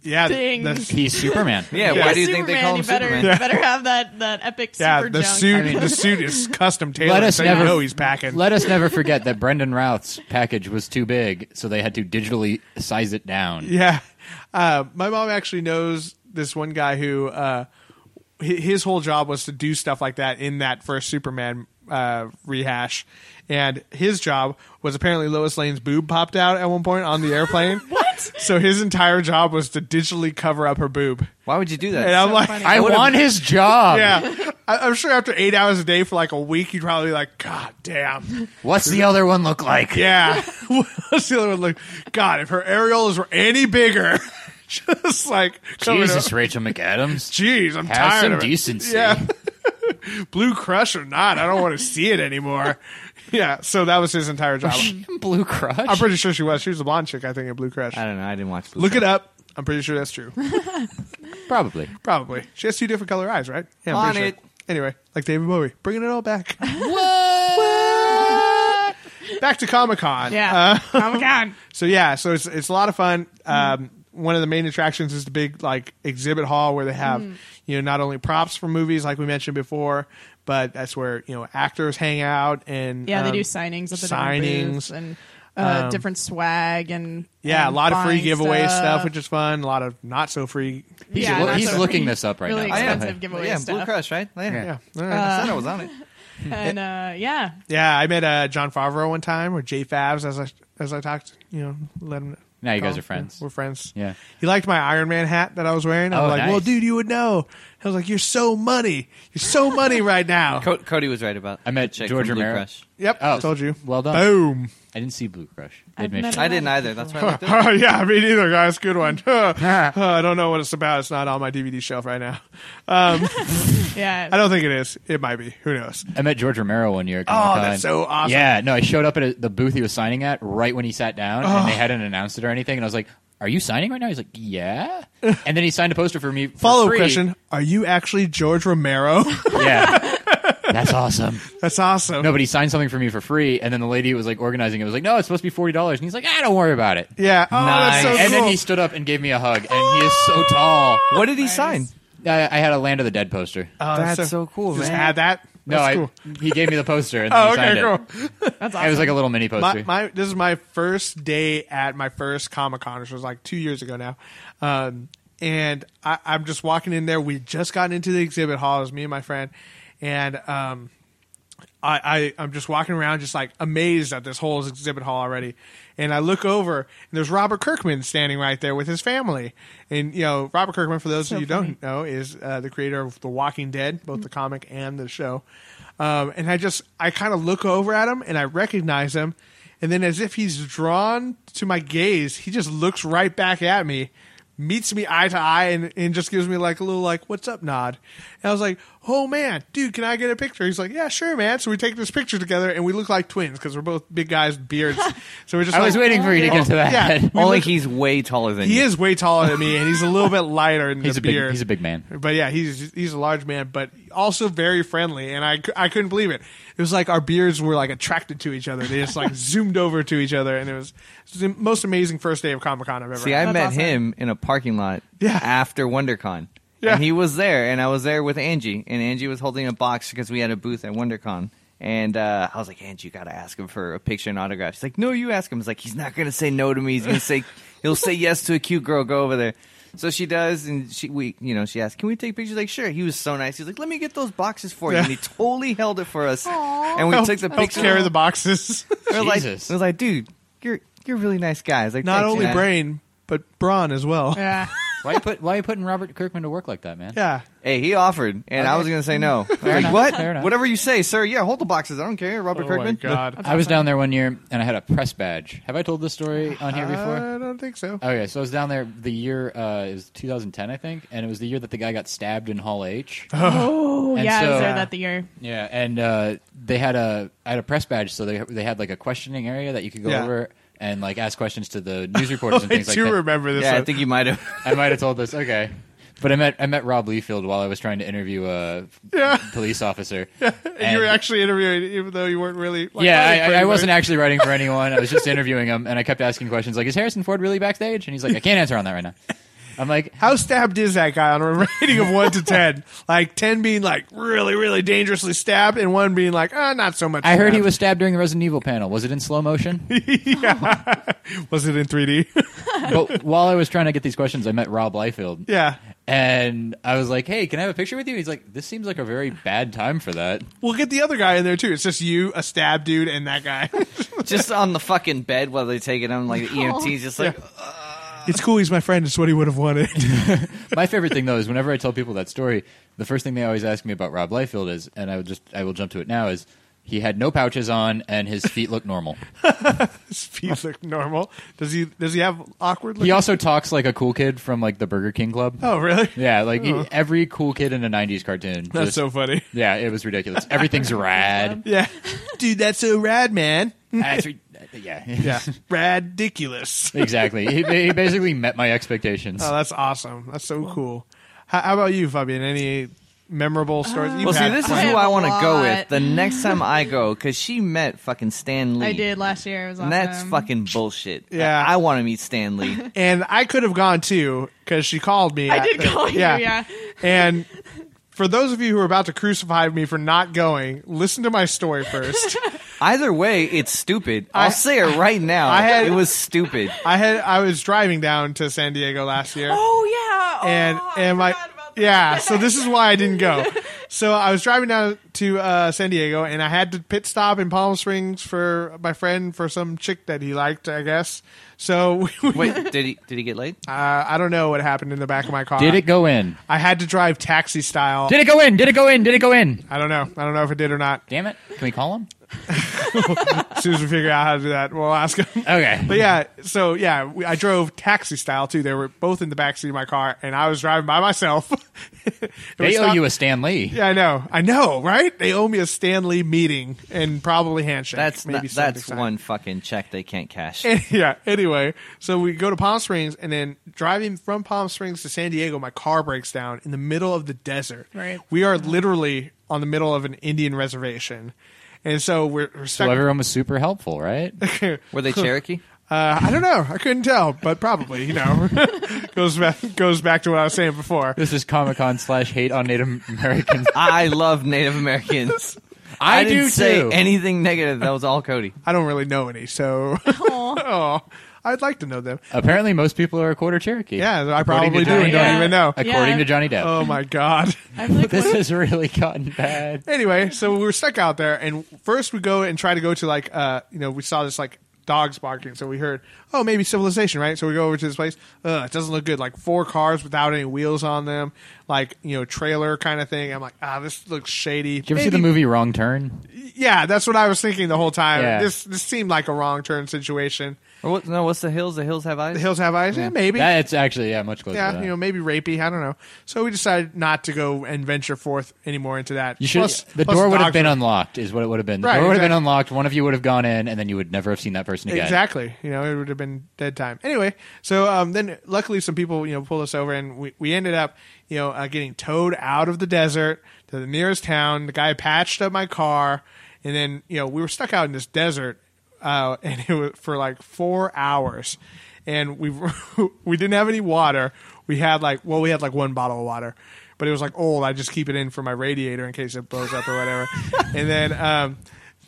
Yeah,
Ding.
the-
He's Superman.
Yeah,
Yeah.
why do you think they
Superman,
call him
you better,
Superman?
You better have that that epic
yeah,
super
the
junk.
suit.
I mean-
the suit is custom tailored.
us
so
never-
you know he's packing.
Let us never forget that Brendan Routh's package was too big, so they had to digitally size it down.
Yeah. Uh, my mom actually knows this one guy who uh, hi- his whole job was to do stuff like that in that first Superman uh, rehash. And his job was apparently Lois Lane's boob popped out at one point on the airplane. what? So his entire job was to digitally cover up her boob.
Why would you do that?
And I'm like,
funny.
I
would've-
want his job.
yeah. I- I'm sure after eight hours a day for like a week, you'd probably be like, God damn.
What's the other one look like?
Yeah. What's the other one? Like, God, if her areolas were any bigger, just like covered up.
Jesus, Rachel McAdams.
Jeez, I'm
Have
tired
some
of it.
decency.
Yeah. Blue Crush or not, I don't want to see it anymore. Yeah, so that was his entire job.
Blue Crush.
I'm pretty sure she was. She was a blonde chick, I think, in Blue Crush.
I don't know. I didn't watch. Blue
Look
Crush.
it up. I'm pretty sure that's true.
Probably.
Probably. She has two different color eyes, right? Yeah, I'm
On
pretty sure.
it.
Anyway, like David Bowie, bringing it all back. back to Comic Con.
yeah. oh my god.
So yeah, so it's it's a lot of fun. Um, one of the main attractions is the big like exhibit hall where they have
Mm.
you know not only props for movies like we mentioned before, but that's where you know actors hang out and
Yeah, they
um,
do signings at the
signings. um,
different booths and uh, different swag and
Yeah, a
and
lot of free
buying
giveaway stuff. which is fun. A lot of not so free.
He's,
Yeah,
well,
not
he's
so-
looking this up right
really
now.
expensive
Yeah.
giveaway
yeah,
stuff.
Blue Crush, right? Yeah.
Yeah, All
Uh,
right.
I said I was on it.
and uh, yeah,
yeah. I met uh, John Favreau one time or Jay Favs as I as I talked. You know, let him.
Now you
call
guys
him.
are friends.
We're friends.
Yeah.
He liked my Iron Man hat that I was wearing. I
Oh,
was like, "Well,
nice.
dude, you would know." I was like, "You're so money. You're so money right now."
Co- Cody was right about.
I met
the chick
George
from Blue
Romero.
Crush.
Yep,
Oh,
told you.
well done.
Boom.
I didn't see Blue Crush.
I've
Admission.
met
I didn't either. That's why I looked it up.
yeah, me neither, guys. Good one. Uh, I don't know what it's about. It's not on my DVD shelf right now.
Yeah.
I don't think it is. It might be. Who knows?
I met George Romero one year. At
Oh,
Comic-Con.
that's so awesome.
Yeah, no, I showed up at a, the booth he was signing at right when he sat down, and
Oh.
they hadn't announced it or anything. And I was like, "Are you signing right now?" He's like, "Yeah." And then he signed a poster for me. for
Follow up
free.
question: Are you actually George Romero?
Yeah, that's awesome.
That's awesome.
No, but he signed something for me for free, and then the lady who was like organizing it was like, "No, it's supposed to be forty dollars," and he's like, "Ah, don't worry about it."
Yeah. Oh, that's
Nice.
so cool.
And then he stood up and gave me a hug, and he is so tall.
What did he sign?
I, I had a Land of the Dead poster.
Oh,
That's so cool,
Just
man.
add that.
no,
That's
I,
cool.
he gave me the poster, and then
Oh,
he signed
okay,
it.
cool.
That's
It was
awesome.
like a little mini
My,
poster.
my this is my first day at my first Comic Con, which was like two years ago now. Um, and I, I'm just walking in there. We just got into the exhibit hall. It was me and my friend, and um, I, I I'm just walking around, just like amazed at this whole exhibit hall already. And I look over, and there's Robert Kirkman standing right there with his family. And you know, Robert Kirkman, for those
So
of you who
funny.
don't know, is uh, the creator of The Walking Dead, both the comic and the show. Um, and I just I kind of look over at him, and I recognize him. And then, as if he's drawn to my gaze, he just looks right back at me, meets me eye to eye, and, and just gives me like a little like "What's up?" nod. And I was like, "Oh man, dude, can I get a picture?" He's like, "Yeah, sure, man." So we take this picture together, and we look like twins because we're both big guys, beards. so we're just.
I
like-
was waiting for you to get to that.
Yeah. We
Only
look-
he's way taller than
He
you.
is way taller than me, and he's a little bit lighter in
He's
the
a big.
beard.
He's a big man.
But yeah, he's he's a large man, but also very friendly, and I, cou- I couldn't believe it. It was like our beards were like attracted to each other. They just like zoomed over to each other, and it was, it was the most amazing first day of Comic Con I've ever.
See,
had.
I
That's
met
awesome.
him in a parking lot
Yeah.
after WonderCon.
Yeah.
And he was there, and I was there with Angie, and Angie was holding a box because we had a booth at WonderCon. And uh, I was like, Angie, you got to ask him for a picture and autograph. She's like, no, you ask him. It's like, he's not going to say no to me. He's going to say, he'll say yes to a cute girl. Go over there. So she does, and she we you know she asked, "Can we take pictures?" Like, sure. He was so nice. He's like, "Let me get those boxes for you,"
Yeah.
and he totally held it for us. And we
helped,
took the
helped
picture.
carry the boxes.
We're like, I
Jesus.
was like, "Dude, you're you're a really nice guy." I was like,
Not
"Thanks,
only
man."
brain, but brawn as well. Yeah,
yeah.
Why you put Why you putting Robert Kirkman to work like that, man?
Hey, he offered, and I was going to say no. I was like,
enough, fair
what?
enough.
Whatever you say, sir. Yeah, hold the boxes. I don't care. Robert
Oh my
Kirkman.
god,
I was down there one year and I had a press badge. Have I told this story on here before?
I don't think so.
Okay, Oh, so I was down there the year uh, it was 2010, I think, and it was the year that the guy got stabbed in Hall H.
Oh,
And
yeah. I was
so-
there that the year.
yeah, and uh, they had a I had a press badge, so they they had like a questioning area that you could go
Yeah.
over and like ask questions to the news reporters and
I
things like
do
that.
remember this.
Yeah, I
one.
think you might have.
I might have told this. Okay. But I met I met Rob Leafield while I was trying to interview a
Yeah.
police officer.
And you were
And-
actually interviewing, even though you weren't really. Like,
yeah,
writing for
I- I, I
anybody.
wasn't actually writing for anyone. I was just interviewing him, and I kept asking questions like, "Is Harrison Ford really backstage?" And he's like, "I can't answer on that right now." I'm like,
How stabbed is that guy on a rating of one to ten? Like ten being like really, really dangerously stabbed, and one being like, ah, not so much.
"I heard he
stabbed."
was stabbed during the Resident Evil panel. Was it in slow motion?"
Was it in three D?
but while I was trying to get these questions, I met Rob Liefeld,
yeah.
and I was like, "Hey, can I have a picture with you?" He's like, "This seems like a very bad time for that."
We'll get the other guy in there too. It's just you, a stab dude, and that guy.
just on the fucking bed while they take it. I'm like, the E EMT's just like,
it's cool. He's my friend. It's what he would have wanted.
My favorite thing though is whenever I tell people that story, the first thing they always ask me about Rob Liefeld is, and I will just I will jump to it now is. He had no pouches on, and his feet look normal.
His feet look normal. Does he? Does he have awkward?
He
Looking?
also talks like a cool kid from like the Burger King Club.
oh, really?
Yeah, like e- every cool kid in a '90s cartoon.
That's
Just-
so funny.
Yeah, it was ridiculous. Everything's rad.
Yeah, dude, that's so rad, man.
That's re- yeah,
Yeah, ridiculous.
exactly. He, he basically met my expectations.
Oh, that's awesome. That's so cool. How, how about you, Fabian? Any memorable stories? you've
well, see,
had
this is
plenty.
who I want to go with
lot.
the next time I go because she met fucking Stan Lee.
I did last year. It was awesome.
And that's fucking bullshit.
Yeah.
I, want to meet Stan Lee.
and I could have gone too because she called me.
I
at
did
the-
call you. Yeah.
And for those of you who are about to crucify me for not going, listen to my story first.
Either way, it's stupid. I'll
I-
say it right now.
I had-
it was stupid.
I had I was driving down to San Diego last year,
Oh yeah.
and and my yeah. So this is why I didn't go. So I was driving down to uh, San Diego, and I had to pit stop in Palm Springs for my friend for some chick that he liked, I guess. So we,
Wait, did he did he get laid?
uh, I don't know what happened in the back of my car.
Did it go in?
I had to drive taxi style.
Did it go in? Did it go in? Did it go in?
I don't know. I don't know if it did or not.
Damn it! Can we call him?
As soon as we figure out how to do that, we'll ask him.
Okay.
But yeah, so yeah, we, I drove taxi style too. They were both in the backseat of my car, and I was driving by myself. It
they
was
owe
not-
you a Stan Lee.
Yeah, I know. I know, right? They owe me a Stanley meeting and probably handshake.
That's
maybe
not,
something
that's
signed.
one fucking check they can't cash.
yeah. Anyway, so we go to Palm Springs, and then driving from Palm Springs to San Diego, my car breaks down in the middle of the desert.
Right.
We are literally on the middle of an Indian reservation, and so we're, we're
So
stuck.
everyone was super helpful, right?
Were they Cherokee?
uh, I don't know. I couldn't tell, but probably you know goes back, goes back to what I was saying before.
this is Comic Con slash hate on Native Americans.
I love Native Americans.
I,
didn't
do
say
too.
anything negative. That was all Cody.
I don't really know any, so oh, I'd like to know them.
Apparently, most people are a quarter Cherokee.
Yeah, I
According
probably
to
do and
Johnny
don't
Depp.
even know.
According
Yeah.
to Johnny Depp.
Oh my god.
I'm like,
this
what-
has really gotten bad.
anyway, so we were stuck out there, and first we go and try to go to like, uh, you know, we saw this like dogs barking, so we heard, oh, maybe civilization, right? So we go over to this place. Ugh, it doesn't look good. Like four cars without any wheels on them, like you know, trailer kind of thing. I'm like, ah, this looks shady.
Did you ever see the
Maybe-
movie Wrong Turn?
Yeah, that's what I was thinking the whole time.
Yeah.
This this seemed like a wrong turn situation.
Or what, no, what's the hills? The hills have eyes.
The hills have eyes. Yeah, maybe.
That's actually yeah, much closer. to
yeah,
that.
you know, maybe rapey. I don't know. So we decided not to go and venture forth anymore into that.
You should.
Plus-
the
plus
door would have
dogs
been
were-
unlocked, is what it would have been. The
Right,
door would have been
exactly.
unlocked. One of you would have gone in, and then you would never have seen that person again.
Exactly. You know, it would have been dead time. Anyway, so um, then luckily some people, you know, pulled us over and we, we ended up, you know, uh, getting towed out of the desert to the nearest town. The guy patched up my car and then, you know, we were stuck out in this desert uh, and it was for like four hours and we we didn't have any water. We had like, well, we had like one bottle of water. But it was like old. I just keep it in for my radiator in case it blows up or whatever. and then um,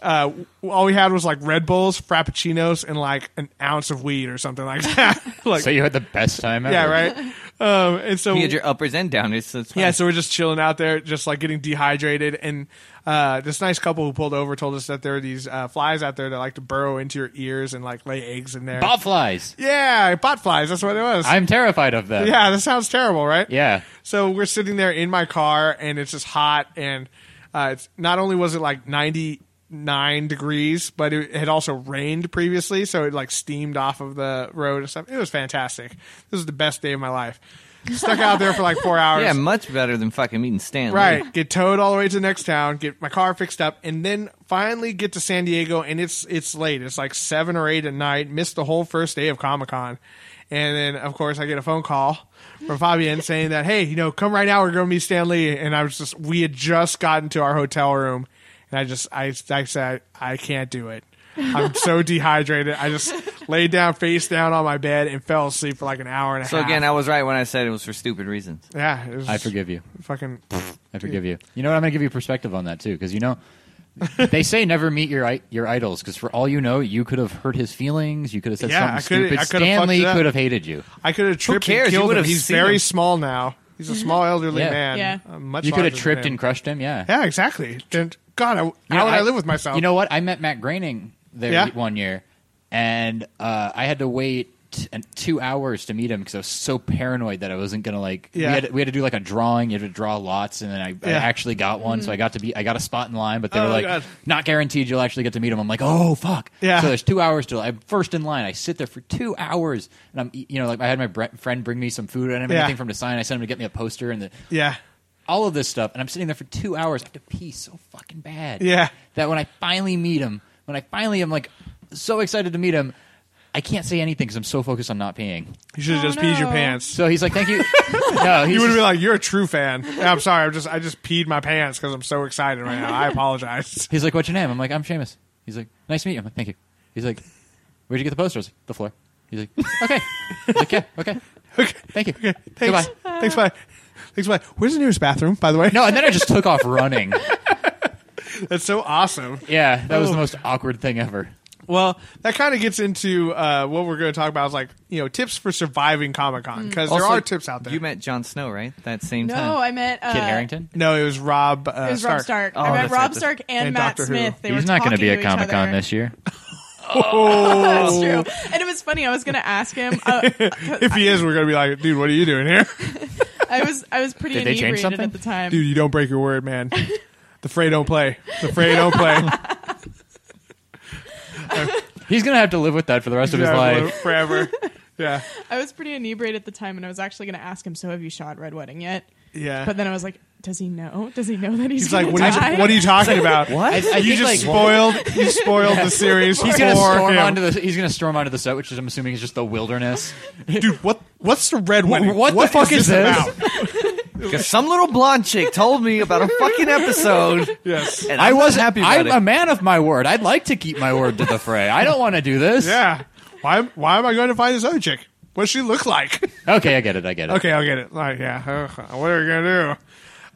uh, w- all we had was like Red Bulls, Frappuccinos, and like an ounce of weed or something like that. like,
So you had the best time ever.
yeah, right. Um, and so
You had your uppers and downers. So it's fine.
yeah, so we're just chilling out there, just like getting dehydrated. And uh, this nice couple who pulled over told us that there are these uh, flies out there that like to burrow into your ears and like lay eggs in there.
Botflies.
yeah, bot flies. That's what it was.
I'm terrified of them.
yeah, that sounds terrible, right?
Yeah.
So we're sitting there in my car, and it's just hot, and uh, it's not only was it like ninety nine degrees, but it had also rained previously, so it like steamed off of the road and stuff. It was fantastic. This was the best day of my life. Stuck out there for like four hours.
Yeah, much better than fucking meeting Stanley.
Right. Get towed all the way to the next town, get my car fixed up, and then finally get to San Diego and it's it's late. It's like seven or eight at night. Missed the whole first day of Comic Con. And then of course I get a phone call from Fabian saying that, Hey, you know, come right now, we're gonna meet Stan Lee and I was just we had just gotten to our hotel room and I just I, I said I can't do it. I'm so dehydrated. I just laid down face down on my bed and fell asleep for like an hour and a
So
half.
again, I was right when I said it was for stupid reasons.
yeah, it was
I forgive you.
Fucking
I forgive you. You know what? I'm going to give you perspective on that too, because you know, they say never meet your i- your idols, because for all you know, you could have hurt his feelings. You could have said
Yeah, I coulda-
something stupid.
I coulda fucked
Stanley
it up.
could have hated you.
I could have tripped
cares?
and
You
killed
would
him.
have
He's
seen
very
him.
small now. He's a small elderly
Yeah.
man.
Yeah.
Uh, much
you could have
larger
tripped
than
and
him.
crushed him. Yeah.
Yeah, exactly. Then- God, I,
You
how
know,
would I, live with myself?
You know what? I met Matt Groening there
Yeah.
one year, and uh, I had to wait an, two hours to meet him because I was so paranoid that I wasn't gonna like.
Yeah.
We, had, we had to do like a drawing. You had to draw lots, and then I, I
Yeah.
actually got one, so I got to be I got a spot in line. But they
Oh,
were like,
God.
not guaranteed you'll actually get to meet him. I'm like, oh fuck.
Yeah.
So there's two hours till I'm first in line. I sit there for two hours, and I'm e- you know like I had my bre- friend bring me some food. I didn't have
Yeah.
anything for him to sign. I sent him to get me a poster, and the
yeah,
all of this stuff, and I'm sitting there for two hours. I have to pee so fucking bad.
Yeah.
That when I finally meet him, when I finally am like so excited to meet him, I can't say anything because I'm so focused on not peeing.
you should have
Oh,
just peed your
no.
pants.
So he's like, "Thank you." no, he's
You would have
just-
been like, "You're a true fan." Yeah, I'm sorry. I'm just I just peed my pants because I'm so excited right now. I apologize.
he's like, "What's your name?" I'm like, "I'm Seamus." He's like, "Nice to meet you." I'm like, "Thank you." He's like, "Where'd you get the poster?" I was like, "The floor." He's like, "Okay." He's like, "Yeah, okay,
okay,
thank you."
okay.
Goodbye.
Thanks. Thanks. Bye. Thanks. Bye. Where's the nearest bathroom? By the way,
No, and then I just took off running.
that's so awesome.
Yeah, that was
Oh.
the most awkward thing ever.
Well, that kind of gets into uh, what we're going to talk about. Is like you know tips for surviving Comic Con because
Mm.
there
Also,
are tips out there.
You met Jon Snow, right? That same
No,
time.
I met uh,
Kid Harrington.
no, it was Rob. Uh,
It was
Stark.
Rob Stark.
Oh,
I met
that's
Rob
right.
Stark and,
And
Matt
Doctor Who.
Smith. They were
He's not
going to
be at Comic Con this year.
That's true. And it was funny. I was going to ask him. Uh,
Oh. If he is, we're going to be like, dude, what are you doing here?
I was I was pretty
Did they change
inebriated
something?
at the time.
dude, you don't break your word, man. The fray don't play. The fray don't play.
He's gonna have to live with that for the rest of his
Yeah,
life.
forever. Yeah,
I was pretty inebriated at the time, and I was actually going to ask him. So have you shot Red Wedding yet?
yeah.
But then I was like, does he know? Does he know that he's?
Uh. He's like,
gonna
what are
die?
you, what are you talking about?
What?
I, I
You
think,
just
like,
spoiled. You spoiled the series.
He's
for
gonna storm
him.
onto the. He's gonna storm onto the set, which is I'm assuming is just the wilderness.
dude. What? What's the red
Wh-
one?
what the fuck is this?
about?
Because some little blonde chick told me about a fucking episode,
yes.
and
I
I'm not
was
happy about
I'm
it.
a man of my word. I'd like to keep my word to the fray. I don't want to do this.
Yeah. Why? am- Why am I going to find this other chick? What's she look like?
Okay, I get it. I get it.
Okay, I'll get it. Like, yeah. Ugh, what are we gonna do?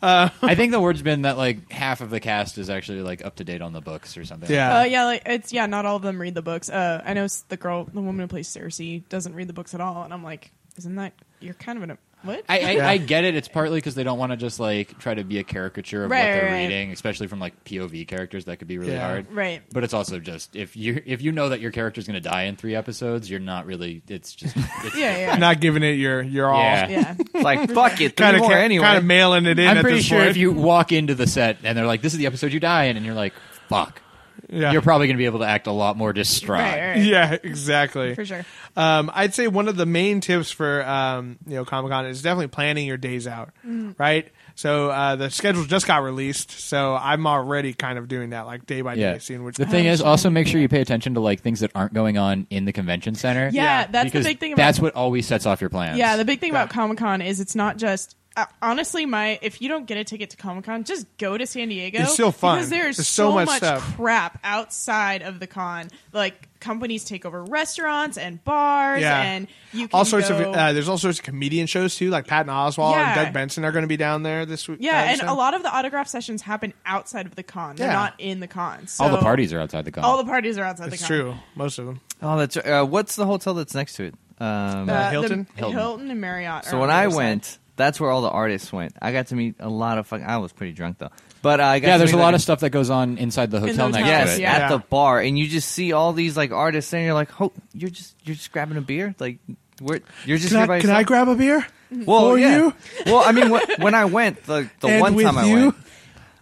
I think the word's been that like half of the cast is actually like up to date on the books or something.
Yeah.
Uh, yeah, like it's yeah. Not all of them read the books. Uh, I know s- the girl, the woman who plays Cersei, doesn't read the books at all, and I'm like, isn't that you're kind of an what?
I, I,
Yeah.
I get it. It's partly because they don't want to just like try to be a caricature of what
Right,
they're
right, right.
reading, especially from like POV characters. That could be really
Yeah.
hard.
Right.
But it's also just if you if you know that your character's going to die in three episodes, you're not really. It's just it's,
yeah, yeah,
Not giving it your your all.
Yeah.
yeah.
It's like fuck it, three
Kind of
more anyway.
kind of mailing it in.
I'm
at
pretty
this
sure
point.
if you walk into the set and they're like, "This is the episode you die in," and you're like, "Fuck,"
Yeah.
you're probably going to be able to act a lot more distraught.
Right, right, right.
yeah, exactly.
for sure.
Um, I'd say one of the main tips for um, you know Comic Con is definitely planning your days out, right? So uh, the schedule just got released, so I'm already kind of doing that, like day by
Yeah.
day, seeing which. Uh,
The thing is, also make sure you pay attention to like things that aren't going on in the convention center.
Yeah,
Yeah,
that's the
because
big thing. About
that's what always sets off your plans.
Yeah, the big thing about Comic Con is it's not just. Uh, honestly, my if you don't get a ticket to Comic Con, just go to San Diego.
It's still fun.
because there's,
There's so
so,
much
much
stuff.
crap outside of the con. Like companies take over restaurants and bars,
Yeah.
and you can
all sorts
go-
of uh, there's all sorts of comedian shows too, like Patton Oswald and
Yeah.
Doug Benson are going to be down there this week.
yeah,
uh,
and
so-
a lot of the autograph sessions happen outside of the con. They're
Yeah.
not in the con. So
all the parties are outside the con.
all the parties are outside
It's
the con.
true, most of them.
oh, that's uh, what's the hotel that's next to it? Um,
Uh,
Hilton?
the,
Hilton.
Hilton, and Marriott. are
So
on
when
the
I
other side.
went, that's where all the artists went. I got to meet a lot of fucking. I was pretty drunk though, but uh, I got
yeah,
to
there's
meet,
a
like,
lot of stuff that goes on inside the hotel
the
next
hotel,
yes
to it.
yeah.
at the bar, and you just see all these like artists, and you're like, oh, you're just you're just grabbing a beer, like. We're, you're just
Can
here by
I, can I
yourself.
grab a beer?
well,
for
yeah.
you?
Well, I mean, wh- when I went, the, the
And
one
with
time I
you?
went,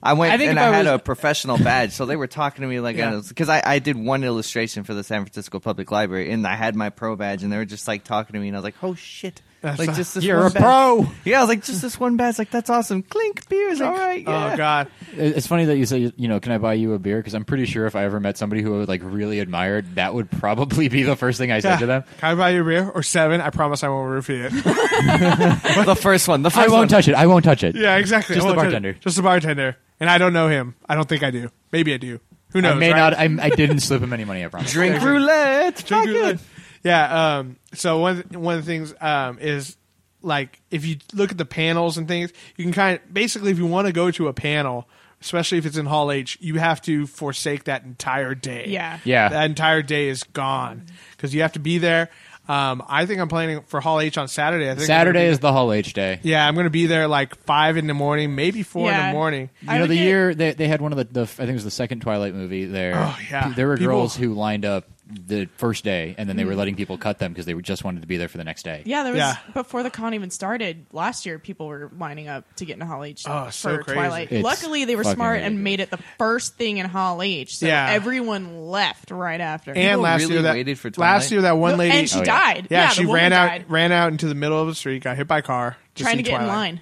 I went
I think
and
if
I
I
had
was-
a professional badge, so they were talking to me like
Yeah.
because I, I did one illustration for the San Francisco Public Library, and I had my pro badge, and they were just like talking to me, and I was like, oh shit,
That's
like
a-
just this
You're
one
a
badge.
pro.
Yeah, I was like, just this one badge, like that's awesome. Clink beers, all right. Yeah.
Oh God,
It's funny that you say, you know, can I buy you a beer? Because I'm pretty sure if I ever met somebody who I would like really admired, that would probably be the first thing I said
yeah.
to them.
Can I buy you a beer or seven? I promise I won't roofie it.
the first one, the first
I won't
one.
touch it. I won't touch it.
yeah, exactly.
Just
I
the
won't-
bartender.
Just the bartender, and I don't know him. I don't think I do. Maybe I do. Who knows?
I may
right?
not. Oh, I, I didn't slip him any money. I promise.
Drink roulette.
Drink
fuck
your
it.
life. Yeah. Um, so one of the- one of the things um, is like if you look at the panels and things, you can kind of basically if you want to go to a panel, especially if it's in Hall H, you have to forsake that entire day.
Yeah.
Yeah.
That entire day is gone because you have to be there. Um, I think I'm planning for Hall H on Saturday. I think I'm gonna
Saturday
be-
is the Hall H day.
Yeah, I'm going to be there like five in the morning, maybe four in
Yeah.
the morning.
I
You know,
would
the
get-
year they, they had one of the, the I think it was the second Twilight movie there.
Oh, yeah.
There were
People- Mm.
girls who lined up the first day, and then they were letting people cut them because they were- just wanted to be there for the next day.
Yeah, there was
Yeah.
before the con even started last year. People were lining up to get into Hall H
Oh,
for
so crazy.
Twilight.
It's
Luckily, they were
fucking
smart
ridiculous.
and made it the first thing in Hall H, so
Yeah.
everyone left right after.
And last
really
year that
waited for Twilight?
last year that one
No,
lady
and she
Oh, yeah.
died.
yeah, she
the woman
ran out
died
ran out into the middle of the street, got hit by a car to
trying
see
to get in
Twilight.
line.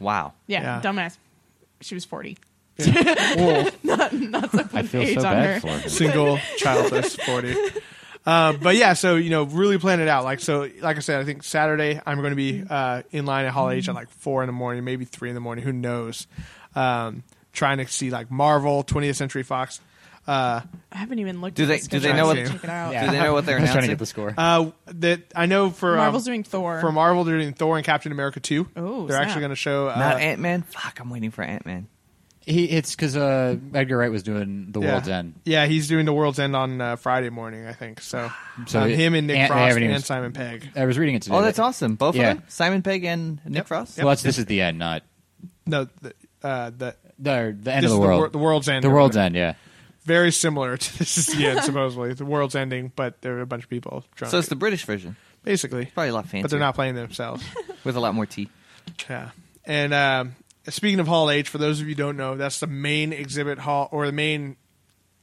Wow.
Yeah,
Yeah.
dumbass. She was forty.
Whoa.
I feel
Age
so
on her.
bad for them.
single childless 40 uh, but yeah so you know really plan it out like so like i said i think saturday i'm going to be uh, in line at hall h at like four in the morning maybe three in the morning who knows um, trying to see like marvel 20th century fox uh,
I haven't even looked.
Do
at
they-
the
do they
know
schedule. I
what-
should check it out.
Do they know what they're
I was trying
announcing?
to get the score.
uh, that i know for um,
Marvel's doing Thor.
for marvel they're doing thor and captain america 2
Oh,
they're
snap.
actually going to show uh,
Not Ant Man. Fuck, I'm waiting for Ant Man.
He it's because uh, Edgar Wright was doing The
yeah.
World's End.
Yeah, he's doing the World's End on uh, Friday morning, I think. So,
So
um,
it-
him and Nick
and- they
Frost
haven't
and
even-
Simon Pegg.
I was reading it today.
Oh, that's awesome. Both
Yeah.
of them? Simon Pegg and Nick Frost?
Well, that's this is the end, not
No, the, uh, the
the the end
This
of
is
the
the
world.
wor- the world's end
The
or
world's
whatever.
end. Yeah.
very similar to this is the end supposedly. The world's ending, but there are a bunch of people drunk.
So it's the British version.
basically,
Probably a lot fancier.
but they're not playing themselves.
With a lot more tea.
Yeah. And um, speaking of Hall H, for those of you who don't know, that's the main exhibit hall or the main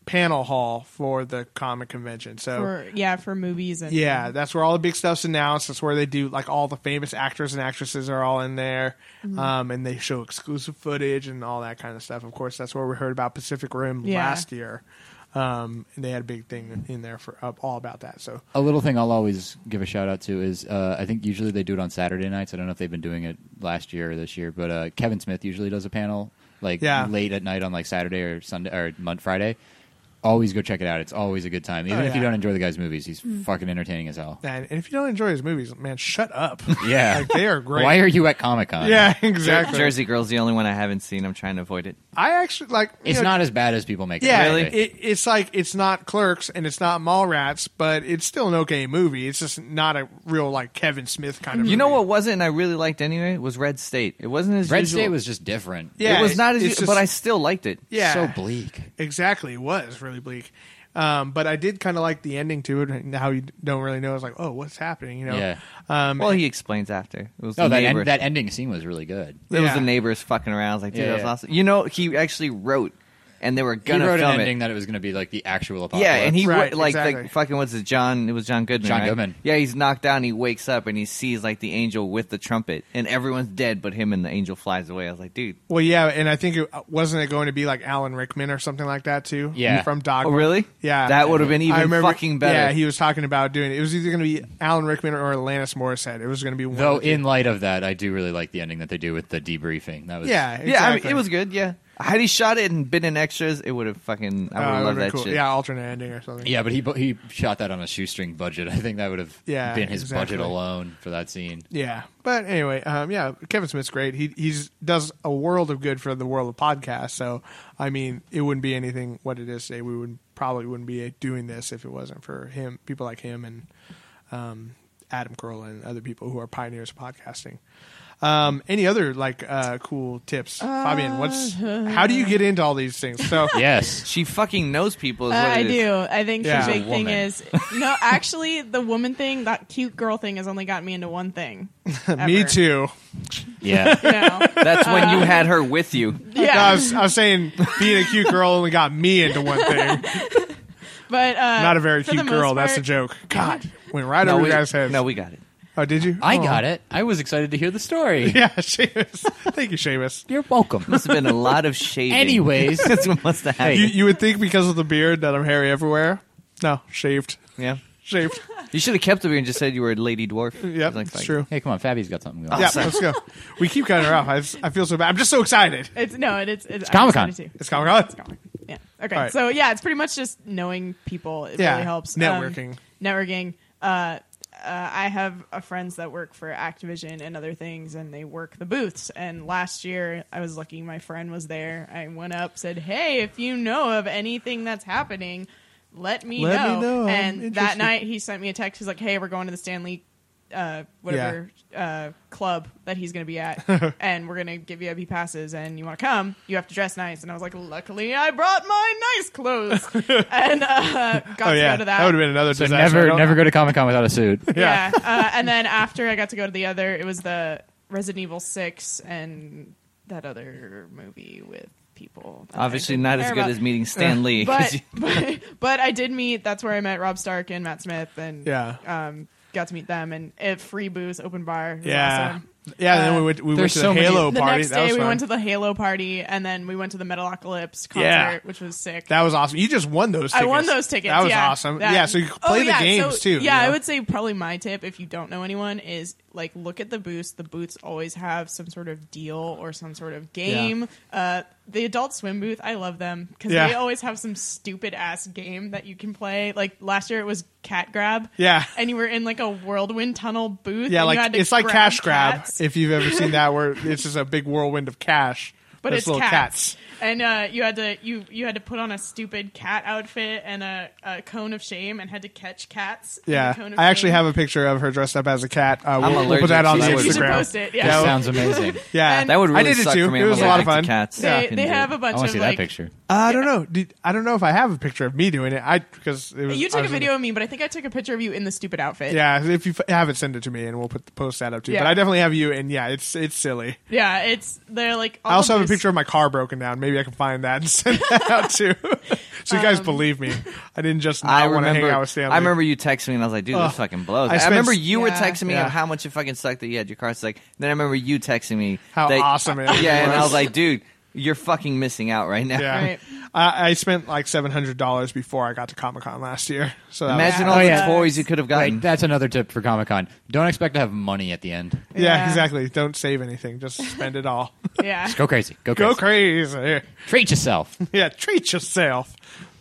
panel hall for the comic convention. So
for yeah for movies and
yeah, that's where all the big stuff's announced. That's where they do like all the famous actors and actresses are all in there, um, and they show exclusive footage and all that kind of stuff. Of course, that's where we heard about Pacific Rim
Yeah.
last year. Um, and they had a big thing in there for up all about that. So
A little thing I'll always give a shout out to is uh, I think usually they do it on Saturday nights. I don't know if they've been doing it last year or this year, but uh, Kevin Smith usually does a panel like
Yeah.
late at night on like Saturday or Sunday or Mon Friday. Always go check it out. It's always a good time, even
Oh,
if you
yeah.
don't enjoy the guy's movies. He's fucking entertaining as hell.
and, and if you don't enjoy his movies, man, shut up.
Yeah.
like, they are great.
Why are you at Comic Con?
yeah, exactly.
Jersey Girl's the only one I haven't seen. I'm trying to avoid it.
I actually like. you
It's
know,
not as bad as people make it.
Yeah,
out to be.
it, it's like it's not Clerks and it's not Mallrats, but it's still an okay movie. It's just not a real like Kevin Smith kind of.
You know
movie.
what wasn't and I really liked anyway? Was Red State. It wasn't as
Red
usual.
State was just different.
Yeah,
it was not as
it's
usual,
just-
but I still liked it.
Yeah,
So bleak.
Exactly, it was really bleak. Um, but I did kind of like the ending to it, and how you don't really know. It's like, oh, what's happening? You know.
Yeah.
Um,
Well, he explains after. It was
No,
the
that
neighbor.
en- that ending scene was really good.
It was
Yeah.
the neighbors fucking around. I was like, dude,
Yeah,
that was
yeah.
awesome. You know, he actually wrote, and they were
He
gonna
wrote an
film
ending
it.
that it was going to be like the actual apocalypse.
yeah, and he
Right,
wrote, like
exactly.
the fucking what's it, John? It was John Goodman.
John
right?
Goodman.
Yeah, he's knocked down. He wakes up and he sees like the angel with the trumpet, and everyone's dead, but him and the angel flies away. I was like, dude,
well, yeah, and I think it uh, wasn't it going to be like Alan Rickman or something like that too.
Yeah.
from Dog.
oh really?
Yeah,
that would have been even
I remember,
fucking better.
Yeah, he was talking about doing it. It was either going to be Alan Rickman or Alanis Morissette. It was going to be one.
Though,
of the two.
in light of that, I do really like the ending that they do with the debriefing. That was
yeah, exactly.
yeah, I mean, it was good. Yeah, had he shot it and been in extras, it would have fucking.
Oh,
I would
it
have loved
would've been
that
cool.
shit.
Yeah, alternate ending or something.
yeah. But he bu- he shot that on a shoestring budget. I think that would have
Yeah,
been his
exactly.
budget alone for that scene.
Yeah, but anyway, um, yeah, Kevin Smith's great. He he's does a world of good for the world of podcasts. So I mean, it wouldn't be anything what it is today. We would probably wouldn't be doing this if it wasn't for him, people like him and um, Adam Carolla and other people who are pioneers of podcasting. Um, any other like uh, cool tips, Fabian? What's how do you get into all these things? So
Yes,
She fucking knows people. Is
Uh,
what
I
it is.
do. I think
Yeah.
the
She's a
big thing
woman.
is no. Actually, the woman thing, that cute girl thing, has only gotten me into one thing.
me
Ever.
too.
yeah.
You know?
That's when you had her with you.
I
yeah,
was, I was saying being a cute girl only got me into one thing.
but uh,
Not a very
for
cute
the most
girl. That's a
part-
joke. God, went right
no,
over
we,
your guys' heads.
no, we got it.
Oh, did you?
I got it. I was excited to hear the story.
Yeah, Seamus. Thank you, Seamus.
You're welcome.
Must have been a lot of shaving.
Anyways.
that's what must have happened.
You, you would think because of the beard that I'm hairy everywhere. No, shaved.
yeah,
Shaved.
you should have kept it and just said you were a lady dwarf.
Yeah,
Like,
that's
like-
true.
Hey, come on, Fabby's got something going. on.
Yeah, let's go. We keep cutting her off. I, I feel so bad. I'm just so excited.
It's no, it, it's it's, I'm
Comic-Con.
excited too.
It's Oh, Comic Con.
Yeah. Okay.
All right.
So yeah, it's pretty much just knowing people. It
Yeah.
really helps. Um,
Networking.
networking. Uh, uh, I have uh, friends that work for Activision and other things, and they work the booths. And last year, I was lucky; my friend was there. I went up, said, "Hey, if you know of anything that's happening, let me
Let
know."
me know. I'm
And that
interested.
night, he sent me a text. He's like, "Hey, we're going to the Stanley." Uh, whatever uh, club that he's going to be at, and we're going to give you VIP passes, and you want to come, you have to dress nice. And I was like, luckily, I brought my nice clothes, and uh, got
Oh,
to
yeah.
go to that.
That would have been another
So
disaster. I
never
don't-
never go to Comic Con without a suit.
Yeah.
yeah. uh, and then after I got to go to the other, it was the Resident Evil Six and that other movie with people. that I
Obviously,
didn't
not as
care
good
about.
as meeting Stan Lee. 'cause
But,
you-
but but I did meet. That's where I met Rob Stark and Matt Smith, and
Yeah.
um, got to meet them and at free booth open bar. It was
Yeah.
awesome.
Yeah, and then
Uh,
we went, we went
there's
to the
so many-
Halo
The
party.
next
that was
day, we
fun.
went to the Halo party, and then we went to the Metalocalypse concert,
Yeah.
which was sick.
that was awesome. You just won those tickets.
I won those tickets.
That was
yeah.
awesome.
That-
Yeah, so you could play
Oh,
the
yeah,
games
so-
too.
Yeah,
you
I
know?
would say probably my tip if you don't know anyone is like look at the booths. The booths always have some sort of deal or some sort of game. Uh, the Adult Swim booth, I love them because
Yeah.
they always have some stupid ass game that you can play. Like last year, it was Cat Grab.
Yeah.
and you were in like a whirlwind tunnel booth.
Yeah,
and you
like
had to
it's like cash grab
cats.
if you've ever seen that, where it's just a big whirlwind of cash.
but
Those
it's
little
cats.
cats.
And uh, you had to you you had to put on a stupid cat outfit and a, a cone of shame and had to catch cats. in the
Yeah,
cone of
I actually
shame.
have a picture of her dressed up as a cat. Uh, we'll, we'll
allergic
put that on
to
the
that.
Instagram.
You should
post it, yeah.
That
Yeah,
sounds amazing.
yeah.
And-
That would really
I did it
suck
too.
for me.
It
I'm
was a lot
allergic
of fun. Uh,
To cats. I
They,
couldn't
they
do
have
it.
a bunch
I want
of
to see
like
that picture.
I don't know. Did, I don't know if I have a picture of me doing it. I because it was
you
I
took a
was in-
video of me, but I think I took a picture of you in the stupid outfit.
Yeah, if you f- have it, send it to me, and we'll put the post that up too. But
Yeah.
I definitely have you, and yeah, it's it's silly.
Yeah, it's they're like. all
I also
of
have a
those-
picture of my car broken down. Maybe I can find that and send that out too. so you guys
Um,
believe me. I didn't just
I
not want to hang
remember.
out with Stanley.
I remember you texting me, and I was like, "Dude,
Ugh.
this fucking blows."
I
I,
spent-
remember you were
Yeah.
texting me
Yeah.
of how much it fucking sucked that you had your car stuck. Then I remember you texting me
how
that,
awesome it is.
Yeah, and I was like, "Dude, you're fucking missing out right now."
yeah.
Right.
I, I spent like seven hundred dollars before I got to Comic Con last year. So that
Imagine
Yeah.
all
Oh,
the
yeah.
toys you could have gotten.
Right, that's another tip for Comic Con. Don't expect to have money at the end.
was, yeah,
Yeah.
exactly. Don't save anything. Just spend it all.
Yeah,
Just go crazy. Go crazy.
Go crazy.
Treat yourself.
Yeah, treat yourself.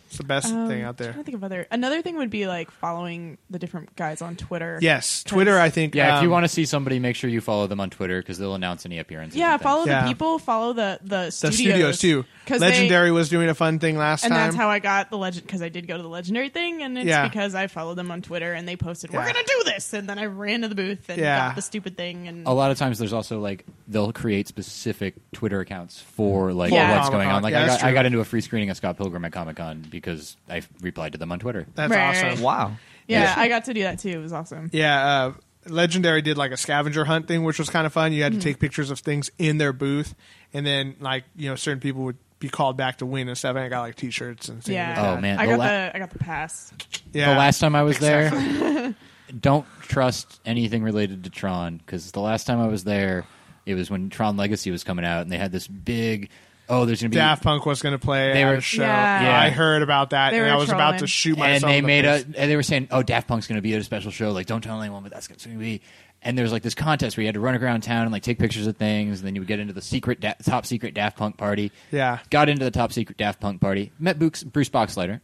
It's the best
Um,
thing out there.
trying to think of other. Another thing would be like following the different guys on Twitter.
Yes, Twitter. I think.
Yeah, if you
um,
want to see somebody, make sure you follow them on Twitter because they'll announce any appearances.
Yeah,
and things.
follow
Yeah.
the people. Follow the the
the
studios,
studios, too.
'Cause they-
Legendary was doing a fun thing last
and
time.
that's how I got the legend because I did go to the legendary thing, and it's
Yeah.
because I followed them on Twitter and they posted, "We're
Yeah.
gonna do this," and then I ran to the booth and
Yeah.
got the stupid thing. And
A lot of times, there's also like they'll create specific Twitter accounts for like
For
what's
Comic-Con.
going on. Like
Yeah,
I,
that's
got,
true.
I got into a free screening of Scott Pilgrim at Comic Con because I f- replied to them on Twitter.
That's
Right,
awesome.
right.
Wow.
yeah,
Yeah.
I got to do that too. It was awesome.
Yeah, uh, Legendary did like a scavenger hunt thing, which was kind of fun. You had
Hmm.
to take pictures of things in their booth, and then like you know certain people would be called back to win and stuff. And I got like T-shirts and things.
Yeah.
like that.
Oh, man.
I
The
got
la-
the I got the pass.
yeah.
The last time I was there, don't trust anything related to Tron because the last time I was there, it was when Tron Legacy was coming out, and they had this big. Oh, there's gonna be
Daft Punk was going to play
They
at
were-
a show. Oh,
Yeah.
Yeah.
I heard about that,
They
and
were
I was about to
trolling.
shoot myself.
and they
in the
made
face.
a and they were saying oh daft punk's going to be at a special show like don't tell anyone but that's going to be and there's like this contest where you had to run around town and like take pictures of things and then you would get into the secret da- top secret daft punk party
Yeah.
got into the top secret daft punk party met bruce, bruce boxleiter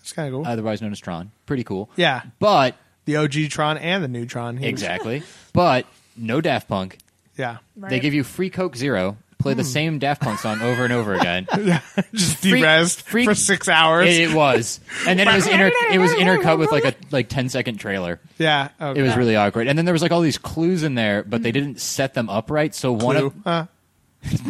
It's kind of cool.
otherwise known as tron pretty cool
Yeah.
but
the OG Tron and the new Tron. He was-
exactly but no daft punk
Yeah.
Right.
they give you free coke zero play
Hmm.
the same daft punk song over and over again
Just
Freak-
derezzed
freak-
for six hours.
it, it was and then it was inter- it was intercut with like a like 10 second trailer
yeah. Okay. Mm-hmm.
It was really awkward. And then there was like all these clues in there, but they didn't set them up right. So one
Clue.
of
Huh? Get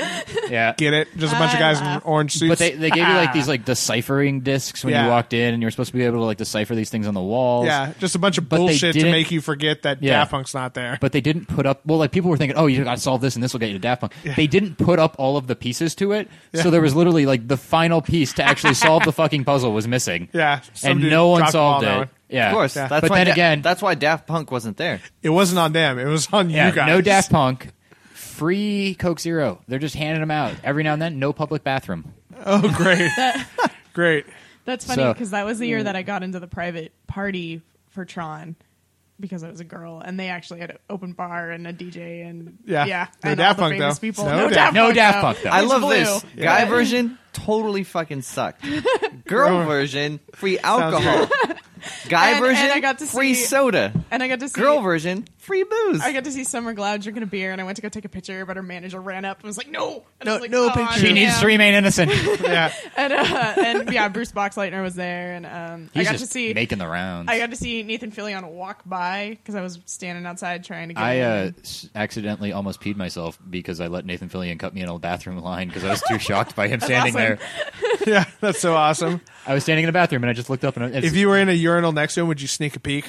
it?
yeah.
Get it? Just a bunch
Uh,
of guys in
laugh.
orange suits.
But they, they gave you like these like deciphering discs when
Ah. Yeah.
you walked in, and you were supposed to be able to like decipher these things on the walls.
Yeah, just a bunch of
But they
bullshit to
didn't-
make you forget that
Yeah.
Daft Punk's not there.
But they didn't put up. Well, like people were thinking, oh, you got to solve this, and this will get you to Daft Punk. They didn't put up all of the pieces to it, so there was literally like the final piece to actually solve the fucking puzzle was missing.
Yeah, some
and
dude
no one
dropped the ball
solved
on that
it.
one.
Yeah,
Of course.
Yeah.
That's
But
why
then
Da-
again-
that's why Daft Punk wasn't there.
it wasn't on them. It was on
Yeah,
you guys.
no Daft Punk, free Coke Zero. They're just handing them out every now and then. No public bathroom.
Oh, great, great.
That's
So-
funny because that was the year that
Mm.
I got into the private party for Tron because I was a girl, and they actually had an open bar and a DJ and
Yeah.
yeah,
No
and
Daft
all the
Punk,
famous
though.
people.
No
No,
Daft-
Daft,
No
Punk,
Daft Punk, though.
It's
I love
blue.
this. Guy version totally fucking sucked. Girl version free alcohol. Guy
And- and
version
I got to
free
see-
soda.
And I got to see
Girl version free booze.
I got to see Summer Glau drinking a beer, and I went to go take a picture, but her manager ran up and was like, "No, and
No-
Oh, I was like,
no
"Aw,
picture."
She
damn."
needs to remain innocent.
Yeah,
And, uh, and yeah, Bruce Boxleitner was there, and um, I
He's
got
just
to see
making the rounds.
I got to see Nathan Fillion walk by because I was standing outside trying to get.
I
in.
uh, s- accidentally almost peed myself because I let Nathan Fillion cut me in a bathroom line because I was too shocked by him standing
awesome.
there.
yeah. That's so awesome.
I was standing in a bathroom and I just looked up and I, it's,
If you were in a urinal next to him, would you sneak a peek?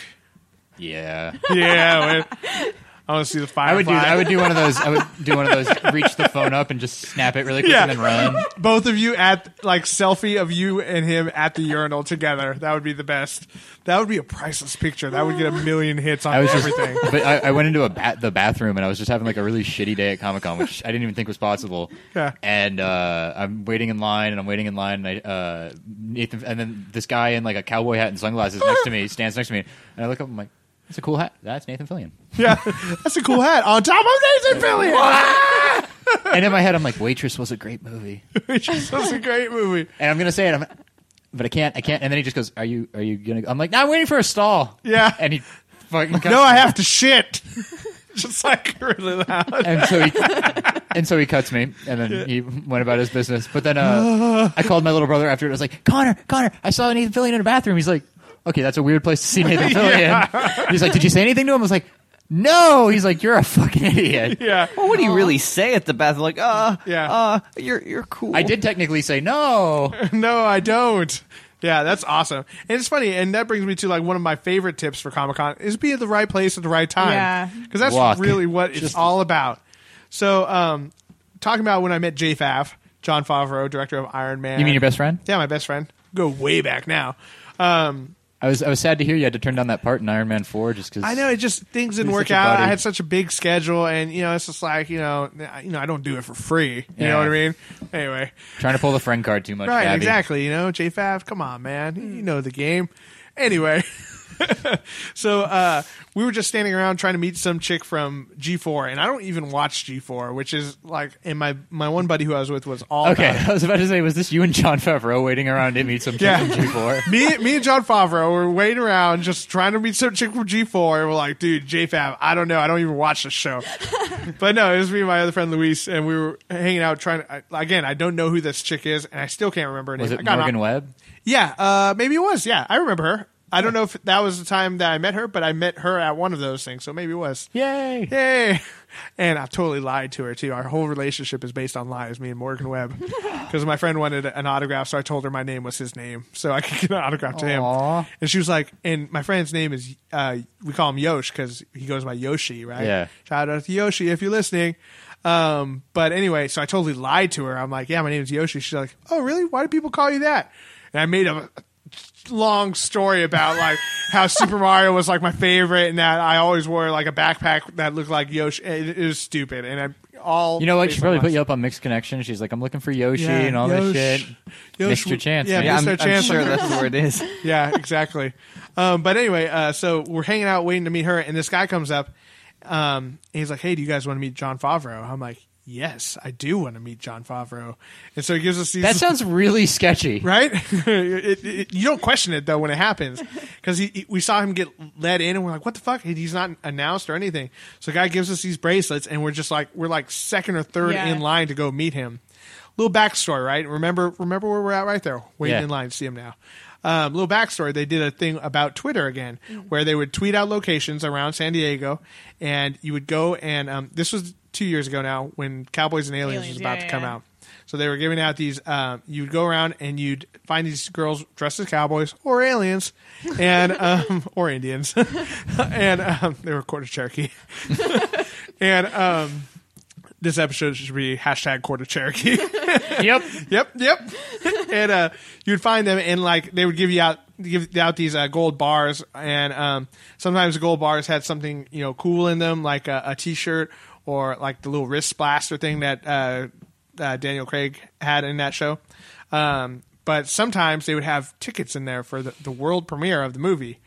yeah,
Yeah, wait. I want to see the fire.
I would do I would do one of those I would do one of those reach the phone up and just snap it really quick
Yeah.
and then run.
Both of you at like selfie of you and him at the urinal together. That would be the best. That would be a priceless picture. That would get a million hits on
I was just,
everything.
but I, I went into a bat, the bathroom and I was just having like a really shitty day at Comic Con, which I didn't even think was possible.
Yeah.
And uh, I'm waiting in line and I'm waiting in line and I, uh, Nathan, and then this guy in like a cowboy hat and sunglasses next to me stands next to me and I look up and I'm like, that's a cool hat. That's Nathan Fillion.
yeah, that's a cool hat. On top of Nathan Fillion.
And in my head, I'm like, Waitress was a great movie.
Which is such a great movie.
And I'm gonna say it, I'm, but I can't. I can't. And then he just goes, Are you? Are you gonna? I'm like, No, I'm waiting for a stall.
Yeah.
And he fucking
No, I have to shit. Just like really loud.
And so he, and so he cuts me, and then he went about his business. But then uh, I called my little brother after. I was like, Connor, Connor, I saw Nathan Fillion in a bathroom. He's like, okay, that's a weird place to see Nathan Fillion. He's like, did you say anything to him? I was like, no. He's like, you're a fucking idiot.
yeah.
Well, what do you really say at the bathroom? Like, uh,
Yeah.
uh, you're you're cool.
I did technically say no.
no, I don't. Yeah, that's awesome. And it's funny, and that brings me to like one of my favorite tips for Comic Con is be at the right place at the right time.
Yeah.
Because that's
Walk.
really what it's
Just-
all about. So, um, talking about when I met Jay Fav, John Favreau, director of Iron Man.
You mean your best friend?
Yeah, my best friend. Go way back now. Um,
I was I was sad to hear you had to turn down that part in Iron Man Four just because
I know it just things didn't
He's
work
such a
out.
buddy.
I had such a big schedule, and you know, it's just like you know, I- you know, I don't do it for free. You
Yeah.
know what I mean? Anyway,
trying to pull the friend card too much.
Right,
Gabby.
exactly. You know, JFAV, come on, man. You know the game. Anyway, so uh, we were just standing around trying to meet some chick from G4, and I don't even watch G4, which is like, and my, my one buddy who I was with was all
Okay,
about it.
I was about to say, was this you and John Favreau waiting around to meet some kid
Yeah.
from G four?
me, me and John Favreau were waiting around just trying to meet some chick from G4. And we're like, dude, JFAB, I don't know. I don't even watch the show. but no, it was me and my other friend Luis, and we were hanging out trying to, I, again, I don't know who this chick is, and I still can't remember her
Was
name. I
it
got an-
Morgan Webb?
Yeah, uh, maybe it was. Yeah, I remember her. I don't know if that was the time that I met her, but I met her at one of those things, so maybe it was.
Yay!
Yay! And I've totally lied to her too. Our whole relationship is based on lies, me and Morgan Webb, because my friend wanted an autograph, so I told her my name was his name, so I could get an autograph to
Aw.
him. And she was like, and my friend's name is uh, we call him Yosh because he goes by Yoshi, right?
Yeah.
Shout out to Yoshi if you're listening. Um, but anyway, so I totally lied to her. I'm like, yeah, my name is Yoshi. She's like, oh, really? Why do people call you that? And I made a long story about like how Super Mario was like my favorite and that I always wore like a backpack that looked like Yoshi. It, it was stupid. And I all
You know what?
based
She
on
probably put
lies.
you up on Mixed Connection. She's like, I'm looking for Yoshi
Yeah,
and all this
Yosh.
shit.
Yosh
Missed your
would-
chance,
Yeah,
man.
Yeah,
missed
I'm,
their
I'm
chance.
sure that's where it is.
yeah, exactly. Um, but anyway, uh, so we're hanging out waiting to meet her, and this guy comes up. Um, and he's like, "Hey, do you guys want to meet John Favreau?" I'm like, "Yes, I do want to meet John Favreau." And so he gives us these.
That sounds really sketchy.
right. It- it- you don't question it though when it happens because he, he- we saw him get let in, and we're like, "What the fuck?" And He's not announced or anything. So the guy gives us these bracelets, and we're just like, we're like second or third
Yeah.
in line to go meet him. Little backstory, right? Remember, remember where we're at right there, waiting
Yeah.
in line line, see him now. Um, little backstory: They did a thing about Twitter again, where they would tweet out locations around San Diego, and you would go and um, this was two years ago now when Cowboys and Aliens,
Aliens,
was about
yeah,
to come
yeah.
out. So they were giving out these. Um, you'd go around and you'd find these girls dressed as cowboys or aliens, and um, or Indians, and um, they were quarter Cherokee, and um, this episode should be hashtag quarter Cherokee
yep.
yep, yep. and uh, you'd find them, and like they would give you out give out these uh, gold bars, and um, sometimes the gold bars had something you know cool in them, like a, a t-shirt or like the little wrist blaster thing that uh, uh, Daniel Craig had in that show. Um, but sometimes they would have tickets in there for the, the world premiere of the movie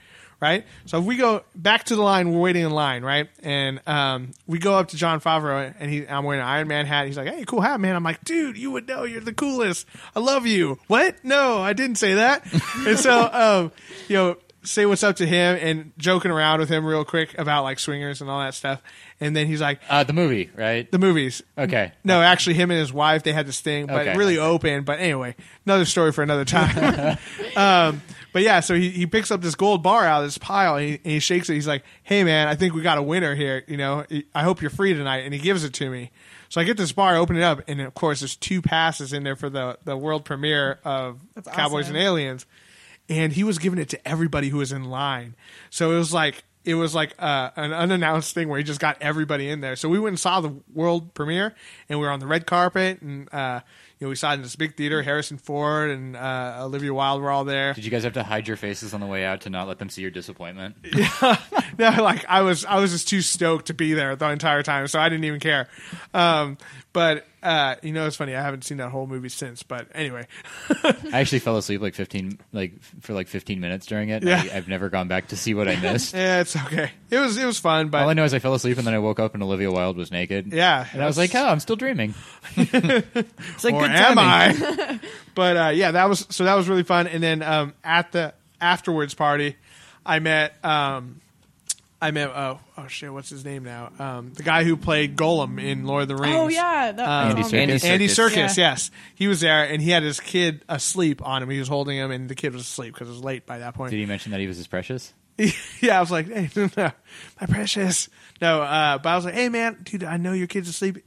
right? So if we go back to the line, we're waiting in line, right? And um, we go up to John Favreau, and he, I'm wearing an Iron Man hat. He's like, "Hey, cool hat, man." I'm like, "Dude, you would know. You're the coolest. I love you." What? No, I didn't say that. and so, um, you know, say what's up to him and joking around with him real quick about like swingers and all that stuff. And then he's like,
Uh, the movie, right?
"The movies."
okay.
No, actually, him and his wife they had this thing, but
Okay.
really open. But anyway, another story for another time. um, but yeah, so he, he picks up this gold bar out of this pile and he, and he shakes it. He's like, "Hey man, I think we got a winner here. You know, I hope you're free tonight." And he gives it to me. So I get this bar, I open it up, and of course, there's two passes in there for the the world premiere of
That's
Cowboys
awesome.
and Aliens, and he was giving it to everybody who was in line. So it was like it was like uh, an unannounced thing where he just got everybody in there. So we went and saw the world premiere, and we were on the red carpet, and uh, you know we saw it in this big theater. Harrison Ford and uh, Olivia Wilde were all there.
Did you guys have to hide your faces on the way out to not let them see your disappointment?
no, like I was, I was just too stoked to be there the entire time, so I didn't even care. Um, but uh, you know, it's funny. I haven't seen that whole movie since. But anyway,
I actually fell asleep like 15, like f- for like 15 minutes during it.
Yeah.
I, I've never gone back to see what I missed.
yeah, it's okay. It was, it was fun. But
All I know is I fell asleep and then I woke up and Olivia Wilde was naked.
Yeah,
And I was
that's-
like, oh, I'm still dreaming.
It's like
or
good
am
timing.
I? but uh, yeah, that was so that was really fun. And then um, at the afterwards party, I met um, I meant uh, oh shit, what's his name now? Um, the guy who played Golem in Lord of the Rings.
Oh yeah, that,
Um,
that's on-
Andy Serkis.
Andy Serkis,
Yeah.
yes, he was there, and he had his kid asleep on him. He was holding him, and the kid was asleep because it was late by that point.
Did he mention that he was his precious?
yeah, I was like, hey, no, no, my precious, no. Uh, but I was like, hey, man, dude, I know your kid's asleep.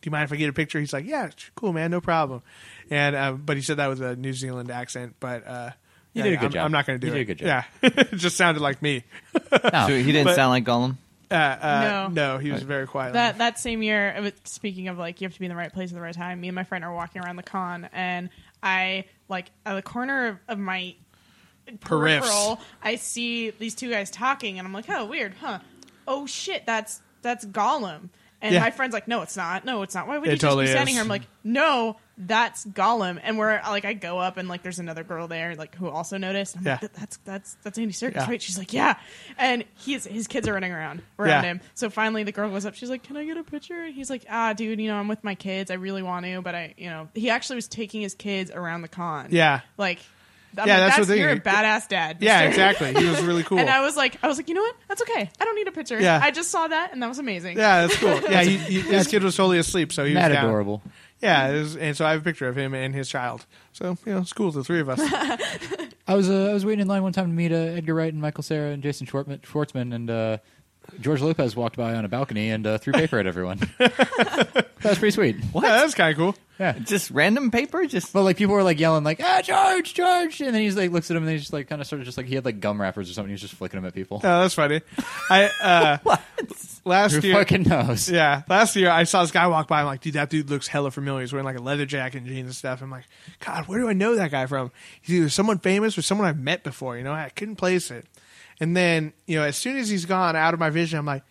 Do you mind if I get a picture? He's like, yeah, cool, man, no problem. And uh, but he said that with a New Zealand accent, but uh,
You
yeah,
did a good
I'm,
job.
I'm not going to do
You
it.
did a good job.
Yeah, it just sounded like me.
So he didn't
But-
sound like Gollum.
Uh, uh,
No.
no. he was very quiet.
that that same year. uh, with- Speaking of like, you have to be in the right place at the right time. Me and my friend are walking around the con, and I like at the corner of, of my
Periffs.
peripheral, I see these two guys talking, and I'm like, oh, weird, huh? Oh shit, that's that's Gollum. And
Yeah.
my friend's like, no, it's not. No, it's not. Why would
It
you
totally
just be standing
is.
here? I'm like, no, that's Gollum. And we're like, I go up and like, there's another girl there like who also noticed. I'm like,
Yeah.
"That- that's that's that's Andy Serkis,
Yeah.
right? She's like, yeah. And he's his kids are running around around
Yeah.
him. So finally, the girl goes up. She's like, "Can I get a picture?" And he's like, "Ah, dude, you know, I'm with my kids. I really want to, but I, you know, he actually was taking his kids around the con.
Yeah.
like, I'm
Yeah,
like,
that's
that's,
what they-
you're a badass dad.
yeah,
mister."
exactly. He was really cool.
And I was like, I was like, you know what? That's okay. I don't need a picture.
Yeah.
I just saw that, and that was amazing.
yeah, that's cool. Yeah, he, he, his kid was totally asleep, so he was
Mad
down.
adorable.
Yeah, it was, and so I have a picture of him and his child. So you know, it's cool. The three of us.
I was uh, I was waiting in line one time to meet uh, Edgar Wright and Michael Sarah and Jason Schwartzman, Schwartzman and uh, George Lopez walked by on a balcony and uh, threw paper at everyone. that was pretty sweet.
What? Yeah, that's kind of cool.
Yeah.
Just random paper. Just
But like people were like yelling like ah George George and then he's like looks at him and they just like kind of started just like he had like gum wrappers or something he was just flicking them at people.
Oh, that's funny. I uh, last
Who
year.
fucking knows?
yeah, last year I saw this guy walk by. I'm like, dude, that dude looks hella familiar. He's wearing like a leather jacket and jeans and stuff. I'm like, God, where do I know that guy from? He's either someone famous or someone I've met before. You know, I couldn't place it. And then you know, as soon as he's gone out of my vision, I'm like,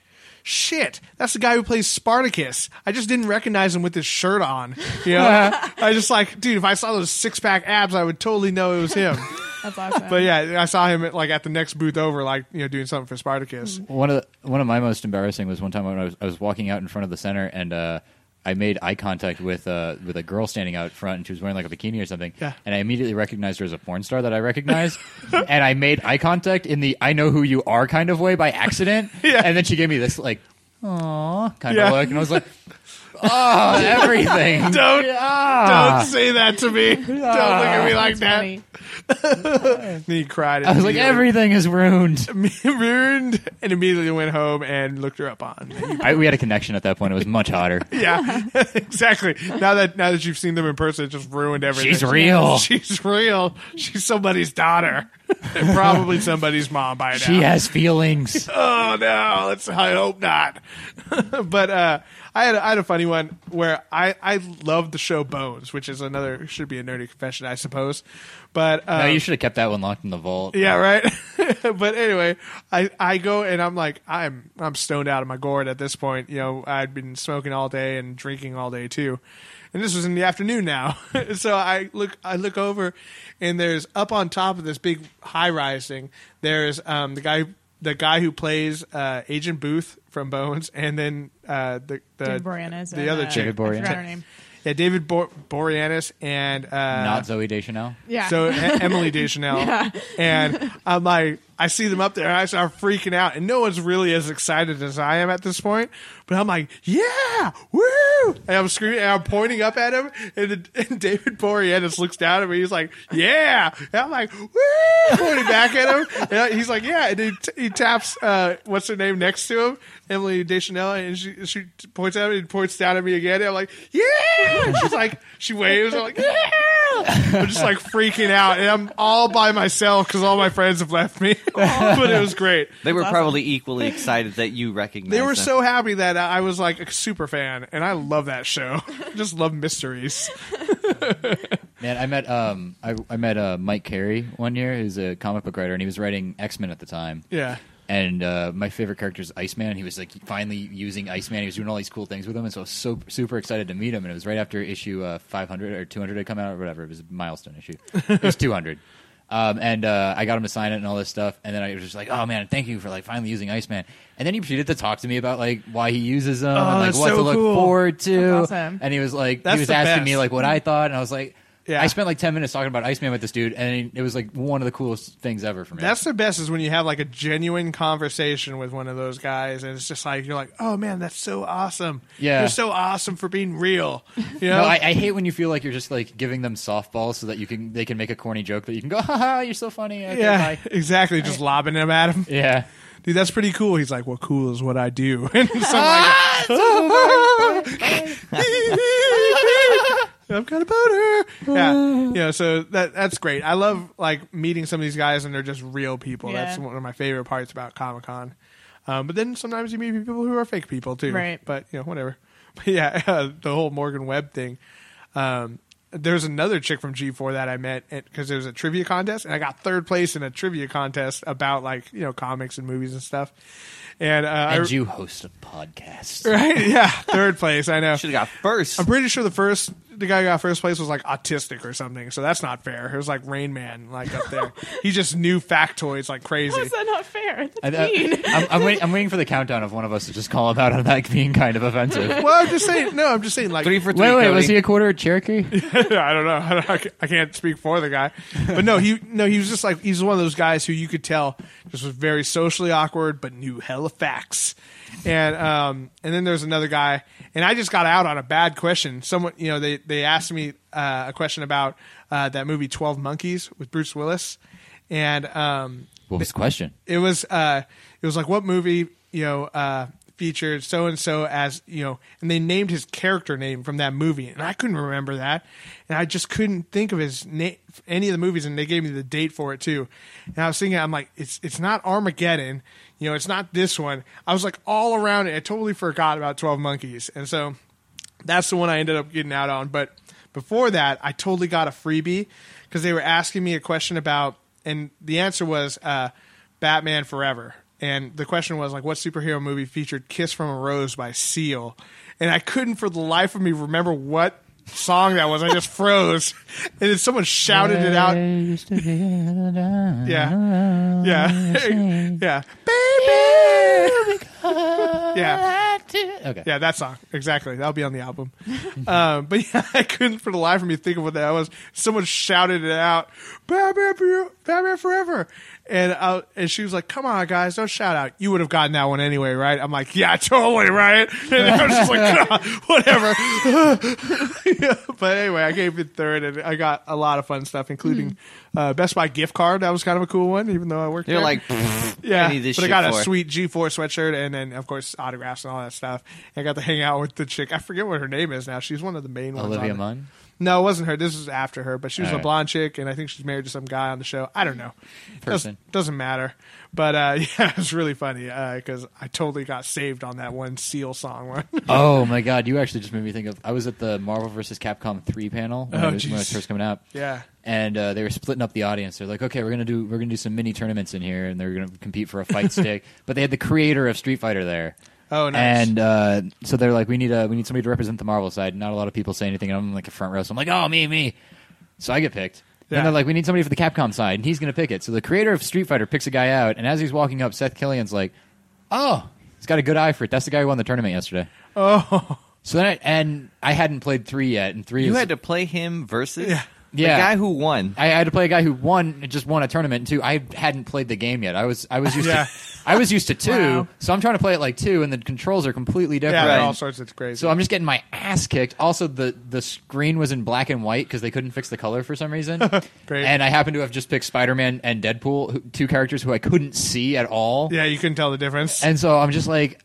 shit, that's the guy who plays Spartacus. I just didn't recognize him with his shirt on. You know, I just like, dude, if I saw those six pack abs, I would totally know it was him.
That's awesome.
But yeah, I saw him at, like at the next booth over, like you know, doing something for Spartacus.
One of the, one of my most embarrassing was one time when I was I was walking out in front of the center and uh, I made eye contact with uh, with a girl standing out front and she was wearing like a bikini or something.
Yeah.
And I immediately recognized her as a porn star that I recognized, and I made eye contact in the I know who you are kind of way by accident.
Yeah.
And then she gave me this like. Aw, kind
Yeah.
of look, and I was like, "Oh, everything!
Don't-
Ah.
Don't say that to me. Don't look at me like
Oh, That's
that.
funny.
And he cried.
I was like, everything is ruined.
ruined, and immediately went home and looked her up on.
I, we had a connection at that point. It was much hotter.
yeah, exactly. Now that now that you've seen them in person, it just ruined everything.
She's real.
She's real. She's somebody's daughter, and probably somebody's mom by now.
She has feelings.
oh no, let's I hope not. but uh, I had I had a funny one where I I loved the show Bones, which is another should be a nerdy confession, I suppose. But um,
No, you should have kept that one locked in the vault.
yeah, right. but anyway, I, I go and I'm like I'm I'm stoned out of my gourd at this point. You know, I'd been smoking all day and drinking all day too, and this was in the afternoon now. so I look I look over, and there's up on top of this big high rise thing. There's um the guy the guy who plays uh, Agent Booth from Bones, and then uh, the the,
David Boreanaz.
the
and,
other
uh,
chick.
David Boreanaz.
I forgot her name.
Yeah, David Bor- Boreanaz and uh,
Not Zoe Deschanel.
Yeah.
so E- Emily Deschanel. And I'm like, I see them up there, and I start freaking out, and no one's really as excited as I am at this point. But I'm like, yeah, woo! And I'm screaming, and I'm pointing up at him, and, the, and David Boreanaz looks down at me. He's like, yeah, and I'm like, woo! Pointing back at him, and I- he's like, yeah, and he, t- he taps uh, what's her name next to him, Emily Deschanel, and she she points at me and points down at me again. And I'm like, yeah. And she's like, she waves. I'm like, yeah. I'm just like freaking out, and I'm all by myself because all my friends have left me. but it was great.
they were probably equally excited that you recognized.
They were
them.
so happy that I was like a super fan, and I love that show. just love mysteries.
Man, I met um I, I met uh, Mike Carey one year, who's a comic book writer, and he was writing X Men at the time.
Yeah.
And uh, my favorite character is Iceman. and He was like finally using Iceman. He was doing all these cool things with him, and so I was so super excited to meet him. And it was right after issue uh, 500 or 200 had come out or whatever. It was a milestone issue. It was 200. Um, and uh, I got him to sign it and all this stuff. And then I was just like, "Oh man, thank you for like finally using Iceman." And then he proceeded to talk to me about like why he uses them and like
Oh, that's
what
so
to look
cool.
forward to.
That's awesome.
And he was like,
That's
he was
the
asking
best.
me like what I thought, and I was like,
Yeah.
I spent like ten minutes talking about Iceman with this dude, and it was like one of the coolest things ever for me.
That's the best is when you have like a genuine conversation with one of those guys, and it's just like you're like, "Oh man, that's so awesome!
Yeah.
you're so awesome for being real." You know,
no, I, I hate when you feel like you're just like giving them softballs so that you can they can make a corny joke that you can go, ha ha, you're so funny. Okay,
yeah,
bye."
exactly. Just lobbing him at him,
yeah.
dude. That's pretty cool. He's like, "Well, cool is what I do." And so I'm kind of boner. Yeah, yeah. So that that's great. I love like meeting some of these guys, and they're just real people. That's
Yeah.
one of my favorite parts about Comic Con. Um, but then sometimes you meet people who are fake people too.
Right.
But you know, whatever. But yeah, uh, the whole Morgan Webb thing. Um, there's another chick from G4 that I met because there was a trivia contest, and I got third place in a trivia contest about like you know comics and movies and stuff. And, uh, I-
And you host a podcast.
right? Yeah, third place. I know.
Should have got first.
I'm pretty sure the first the guy who got first place was like autistic or something, so that's not fair. It was like Rain Man, like up there. he just knew factoids like
How
crazy.
is that not fair?
I,
That's mean.
am I'm, wait, I'm waiting for the countdown of one of us to just call him out on that being kind of offensive.
Well, I'm just saying. No, I'm just saying. Like,
Three for three.
wait, wait, was
Cody.
he a quarter Cherokee?
I don't know. I, don't- I can't speak for the guy, but no, he no, he was just like he's one of those guys who you could tell just was very socially awkward, but knew hella facts. And um, and then there's another guy, and I just got out on a bad question. Someone, you know, they they asked me uh, a question about uh, that movie Twelve Monkeys with Bruce Willis, and um,
What was the question?
it was uh it was like what movie you know uh featured so and so as you know and they named his character name from that movie and i couldn't remember that and i just couldn't think of his name any of the movies and they gave me the date for it too and i was thinking i'm like it's it's not armageddon you know it's not this one i was like all around it i totally forgot about 12 monkeys and so that's the one I ended up getting out on. But before that, I totally got a freebie because they were asking me a question about, and the answer was uh, Batman Forever. And the question was like, what superhero movie featured "Kiss from a Rose" by Seal? And I couldn't for the life of me remember what song that was. I just froze, and then someone shouted it out. Yeah, yeah, yeah, baby. Yeah,
Okay.
yeah, that song exactly. That'll be on the album. um, but yeah, I couldn't for the life of me think of what that was. Someone shouted it out, "Batman, for- Batman Forever," and I, and she was like, "Come on, guys, don't shout out. You would have gotten that one anyway, right?" I'm like, "Yeah, totally, right." And I was just like, "God, "Whatever." Yeah, but anyway, I gave it third, and I got a lot of fun stuff, including uh, Best Buy gift card. That was kind of a cool one, even though I worked.
They're
there.
like,
Yeah,
I need this
but I
shit
got
for.
a sweet G4 sweatshirt and then, of course, autographs and all that stuff. And I got to hang out with the chick. I forget what her name is now. She's one of the main ones. on
Olivia
it.
Munn?
No, it wasn't her. This was after her, but she was
All
a
right.
blonde chick, and I think she's married to some guy on the show. I don't know.
Person.
Doesn't, doesn't matter. But uh, yeah, it was really funny because I totally got saved on that one Seal song one.
Oh my god, you actually just made me think of. I was at the Marvel vs. Capcom three panel when,
Oh,
it, was, when it was
jeez.
first coming out.
Yeah.
and uh, they were splitting up the audience. They're like, okay, we're gonna do we're gonna do some mini tournaments in here, and they're gonna compete for a fight stick. But they had the creator of Street Fighter there.
Oh, nice.
And uh, so they're like, we need a we need somebody to represent the Marvel side. Not a lot of people say anything. And I'm like a front row, so I'm like, oh me me. So I get picked.
Yeah.
And they're like, we need somebody for the Capcom side, and he's gonna pick it. So the creator of Street Fighter picks a guy out, and as he's walking up, Seth Killian's like, oh, he's got a good eye for it. That's the guy who won the tournament yesterday. Oh. So then, I, and I hadn't played three yet, and three
you
is
had to play him versus
Yeah.
the guy who won.
I had to play a guy who won just won a tournament and two. I hadn't played the game yet. I was I was used
Yeah.
to I was used to two,
Wow.
so I'm trying to play it like two, and the controls are completely
yeah,
different.
they're
Right.
all sorts of crazy.
So I'm just getting my ass kicked. Also, the the screen was in black and white because they couldn't fix the color for some reason.
Great.
And I happened to have just picked Spider Man and Deadpool, who, two characters who I couldn't see at all.
yeah, you couldn't tell the difference.
And so I'm just like,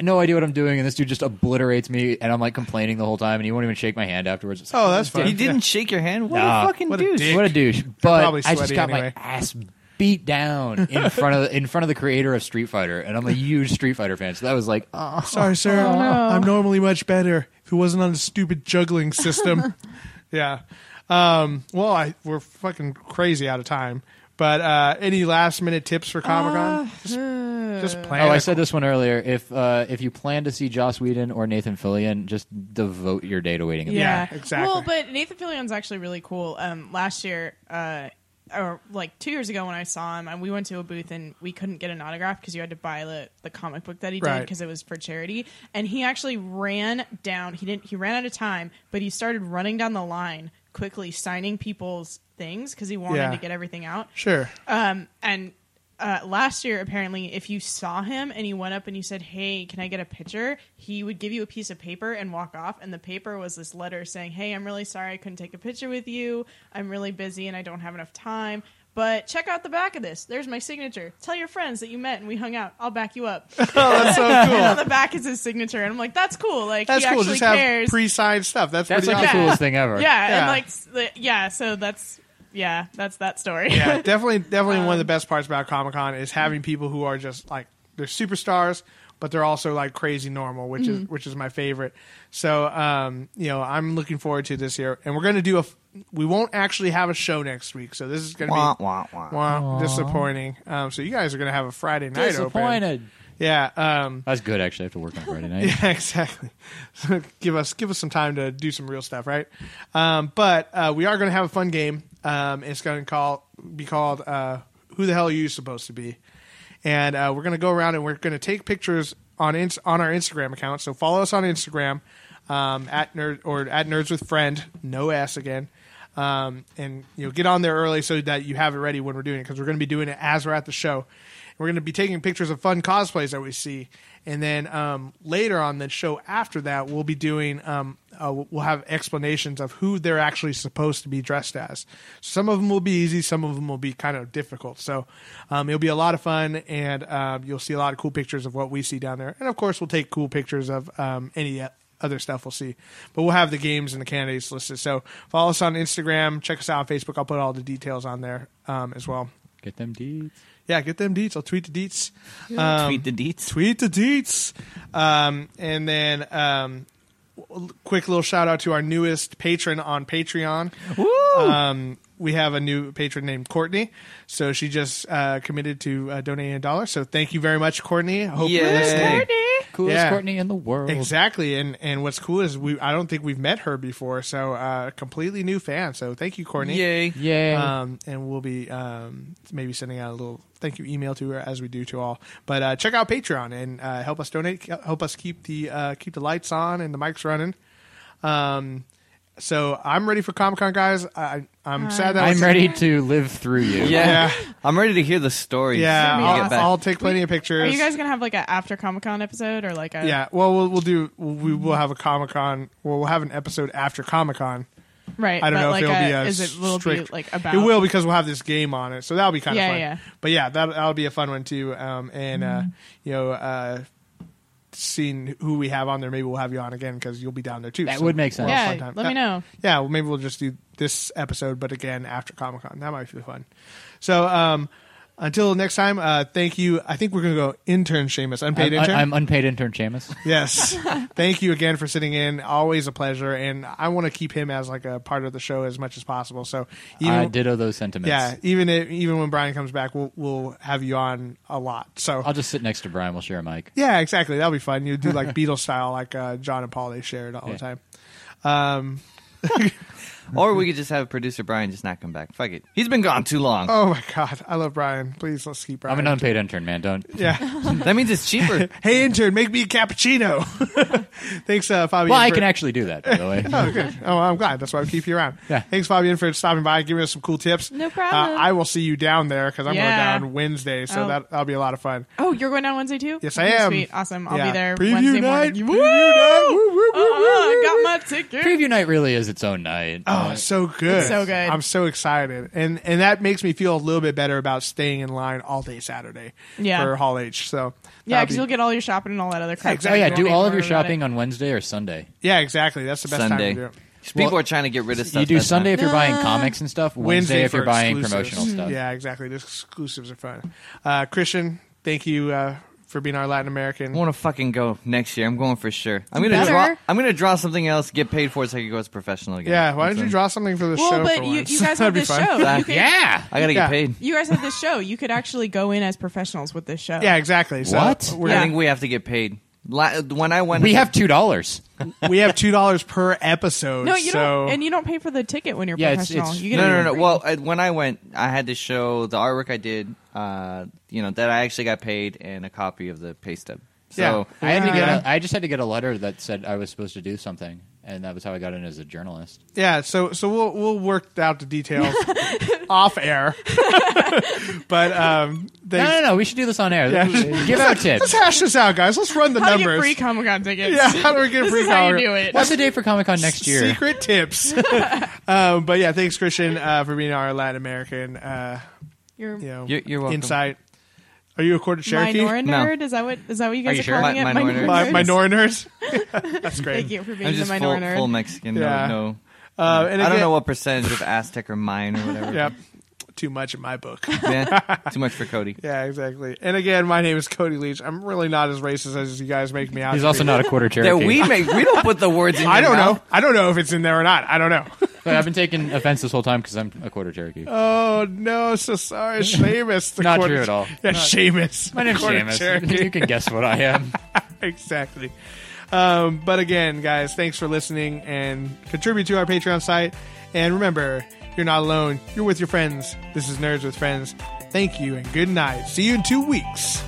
no idea what I'm doing, and this dude just obliterates me, and I'm like complaining the whole time, and he won't even shake my hand afterwards. It's like,
oh, that's fun.
He didn't shake your hand. What
Nah.
a fucking
What a
douche.
dick.
What a douche! But
probably
I just
sweaty
got
anyway.
my ass beat down in front of the, in front of the creator of Street Fighter, and I'm a huge Street Fighter fan. So that was like, oh,
Sorry, sir. I'm normally much better if it wasn't on the stupid juggling system. yeah. Um, well, I, we're fucking crazy out of time. But uh, any last minute tips for Uh, Comic Con? just,
Uh,
just plan.
oh, I
it.
said this one earlier. If uh, if you plan to see Joss Whedon or Nathan Fillion, just devote your day to waiting.
Yeah,
Yeah,
exactly.
Well, but Nathan Fillion's actually really cool. Um, last year, uh, or like two years ago when I saw him, and we went to a booth and we couldn't get an autograph because you had to buy the, the comic book that he did
Right.
because it was for charity. And he actually ran down. He didn't. He ran out of time, but he started running down the line quickly signing people's things because he wanted
Yeah.
to get everything out.
Sure.
Um, and uh, last year, apparently, if you saw him and you went up and you said, "Hey, can I get a picture?" He would give you a piece of paper and walk off. And the paper was this letter saying, "Hey, I'm really sorry I couldn't take a picture with you. I'm really busy and I don't have enough time." But check out the back of this. There's my signature. Tell your friends that you met and we hung out. I'll back you up. and
That's so cool.
on the back is his signature, and I'm like, that's cool. Like
That's
he
cool.
actually
Just
cares.
have pre-signed stuff. That's,
That's
pretty
like the
awesome.
coolest thing ever.
yeah, and
Yeah.
like s- the- yeah. So that's yeah, that's that story.
yeah, definitely, definitely one of the best parts about Comic Con is having people who are just like they're superstars, but they're also like crazy normal, which is which is my favorite. So, um, you know, I'm looking forward to this year, and we're going to do a. f- We won't actually have a show next week, so this is going to be
Wah, wah, wah.
wah, disappointing. Um, so you guys are going to have a Friday night open.
Disappointed.
Yeah. Um,
That's good. Actually, I have to work on Friday night.
yeah, exactly. So give us give us some time to do some real stuff, right? Um, but uh, we are going to have a fun game. Um, it's going to call be called uh, "Who the Hell Are You Supposed to Be?" And uh, we're going to go around and we're going to take pictures on ins- on our Instagram account. So follow us on Instagram um, at nerd or at nerds with friend no s again. Um, and you know, get on there early so that you have it ready when we're doing it because we're going to be doing it as we're at the show. We're going to be taking pictures of fun cosplays that we see, and then um, later on the show after that, we'll be doing um, uh, we'll have explanations of who they're actually supposed to be dressed as. Some of them will be easy, some of them will be kind of difficult. So um, it'll be a lot of fun, and um, you'll see a lot of cool pictures of what we see down there, and of course, we'll take cool pictures of um, any other stuff we'll see. But we'll have the games and the candidates listed. So follow us on Instagram, check us out on Facebook. I'll put all the details on there um, as well.
Get them deeds.
Yeah, get them deets. I'll tweet the deets. Uh,
Tweet the deets.
Um, Tweet the deets. Um, and then um, w- quick little shout out to our newest patron on Patreon. Um, we have a new patron named Courtney, so she just uh, committed to uh, donating a dollar. So thank you very much, Courtney. Hope
Yay.
Courtney.
Coolest
Yeah.
Courtney in the world.
Exactly, and and what's cool is we I don't think we've met her before, so uh, completely new fan. So thank you, Courtney.
Yay.
Yay.
Um, and we'll be um, maybe sending out a little thank you email to her as we do to all. But uh, check out Patreon and uh, help us donate, help us keep the uh, keep the lights on and the mics running. Um, so I'm ready for Comic Con, guys. I, I'm sad that
I'm
it's-
ready to live through you.
Yeah.
Yeah.
I'm ready to hear the stories.
Yeah,
when you get
I'll,
back.
I'll take plenty of pictures.
Are you guys gonna have like an after Comic Con episode or like a
yeah, well, we'll we'll do. We will have a Comic Con. Well, we'll have an episode after Comic Con.
right?
I don't
but
know
like
if it'll
a,
be a
is it will
strict.
be like about
It will because we'll have this game on it, so that'll be kind
Yeah,
of fun.
yeah. Mm-hmm.
But yeah, that that'll be a fun one too. Um, and uh, you know, uh, seeing who we have on there, maybe we'll have you on again because you'll be down there too.
That would make sense.
we'll have a
Yeah,
fun time.
let me
That-
know.
Yeah, well, maybe we'll just do this episode, but again after Comic Con. That might be fun. So. um until next time, uh, thank you. I think we're going to go intern Seamus, unpaid
I'm,
intern.
I'm unpaid intern Seamus.
Yes. Thank you again for sitting in. Always a pleasure. And I want to keep him as like a part of the show as much as possible. So even
I ditto those sentiments.
yeah, even if, even when Brian comes back, we'll we'll have you on a lot. So
I'll just sit next to Brian. We'll share a mic.
yeah, exactly. That'll be fun. You do like Beatles style, like uh, John and Paul. They shared all
Yeah.
the time. Um,
Or we could just have producer Brian just not come back. Fuck it. He's been gone too long.
oh my god, I love Brian. Please let's keep Brian.
I'm an unpaid intern, man. Don't.
yeah.
That means it's cheaper.
Hey intern, make me a cappuccino. Thanks, uh, Fabian.
Well, I
for-
can actually do that, by the way.
Oh, good. Oh, I'm glad. That's why we keep you around.
Yeah.
Thanks, Fabian, for stopping by and giving us some cool tips.
No problem.
Uh, I will see you down there because I'm
Yeah.
going down Wednesday, so
Oh.
that that'll be a lot of fun.
Oh, you're going down Wednesday too?
Yes, I
Okay,
am.
Sweet, awesome. I'll
Yeah.
be there
Preview
Wednesday
night. Preview
morning.
night. Woo, woo,
Uh-uh,
woo, woo, woo,
got
woo.
my ticket.
Preview night really is its own night. Uh,
Oh, it's so good.
It's so good.
I'm so excited. And and that makes me feel a little bit better about staying in line all day Saturday
Yeah.
for Hall H. So
Yeah,
that'll
because
be-
you'll get all your shopping and all that other crap.
Exactly.
oh yeah,
Don't
do
need
all
to
of your
worry about
shopping on Wednesday or Sunday.
Yeah, exactly. That's the best
Sunday.
time to do it.
People
Well,
are trying to get rid of stuff.
you do
that's
Sunday
not-
if you're buying comics and stuff. Wednesday, if
for
you're buying
exclusives.
promotional stuff.
Yeah, exactly. The exclusives are fun. Uh, Christian, thank you uh, for being our Latin American.
I want to fucking go next year. I'm going for sure. I'm gonna
Better.
draw. I'm gonna draw something else. Get paid for it so I can go as a professional again.
Yeah, why don't you
So-
draw something for the
Well,
show?
but
for
you,
once?
you guys
That'd
have
be
this
fun.
show.
That-
You, could-
Yeah.
I gotta
Yeah.
get paid.
you guys have this show. You could actually go in as professionals with this show.
Yeah, exactly. So
What?
We're
I
Yeah.
think we have to get paid. La- when I went,
We have two dollars.
gonna, we have two dollars per episode.
No, you
so
don't, and you don't pay for the ticket when you're
Yeah, it's-
professional.
it's-
you get
No,
it
no,
for
no.
free.
Well, I, when I went, I had to show the artwork I did. Uh, you know that I actually got paid and a copy of the pay stub. So
Yeah.
I had to get.
Yeah.
A, I just had to get a letter that said I was supposed to do something, and that was how I got in as a journalist.
Yeah, so so we'll we'll work out the details off air. but um they
No, no, no. We should do this on air.
Yeah.
Give out
let's
tips.
hash this out, guys. Let's run the
How do you get
numbers.
free Comic Con tickets?
yeah, how do we get
This
free
is how you
power?
do it.
What's the date for Comic Con next year?
Secret tips. um, but yeah, thanks Christian uh, for being our Latin American uh,
You're
you know
You're- you're welcome.
insight. Are you a quarter Cherokee?
minor
No.
nerd? Is that what is that what you guys
you
are
sure?
calling
Mi-
it?
minor nerd?
My,
nerd?
my Norners. That's great.
Thank you for being
I'm just
the
full,
minor nerd.
full Mexican.
Yeah.
No, no.
Uh, and
I don't
again-
know what percentage of Aztec or Mayan or whatever.
Yep. Too much in my book.
Yeah. Too much for Cody.
Yeah, exactly. And again, my name is Cody Leach. I'm really not as racist as you guys make me out.
He's
to
also
be.
not a quarter Cherokee.
That we make. We don't put the words in.
I
your
don't
mouth.
know. I don't know if it's in there or not. I don't know.
But I've been taking offense this whole time because I'm a quarter Cherokee.
Oh no, so sorry, Seamus. The
Not
quarter-
true at all.
Yeah, Seamus.
My name's
Quarter
Seamus.
Cherokee.
You can guess what I am.
exactly. Um, but again, guys, thanks for listening and contribute to our Patreon site. And remember, you're not alone. You're with your friends. This is Nerds with Friends. Thank you and good night. See you in two weeks.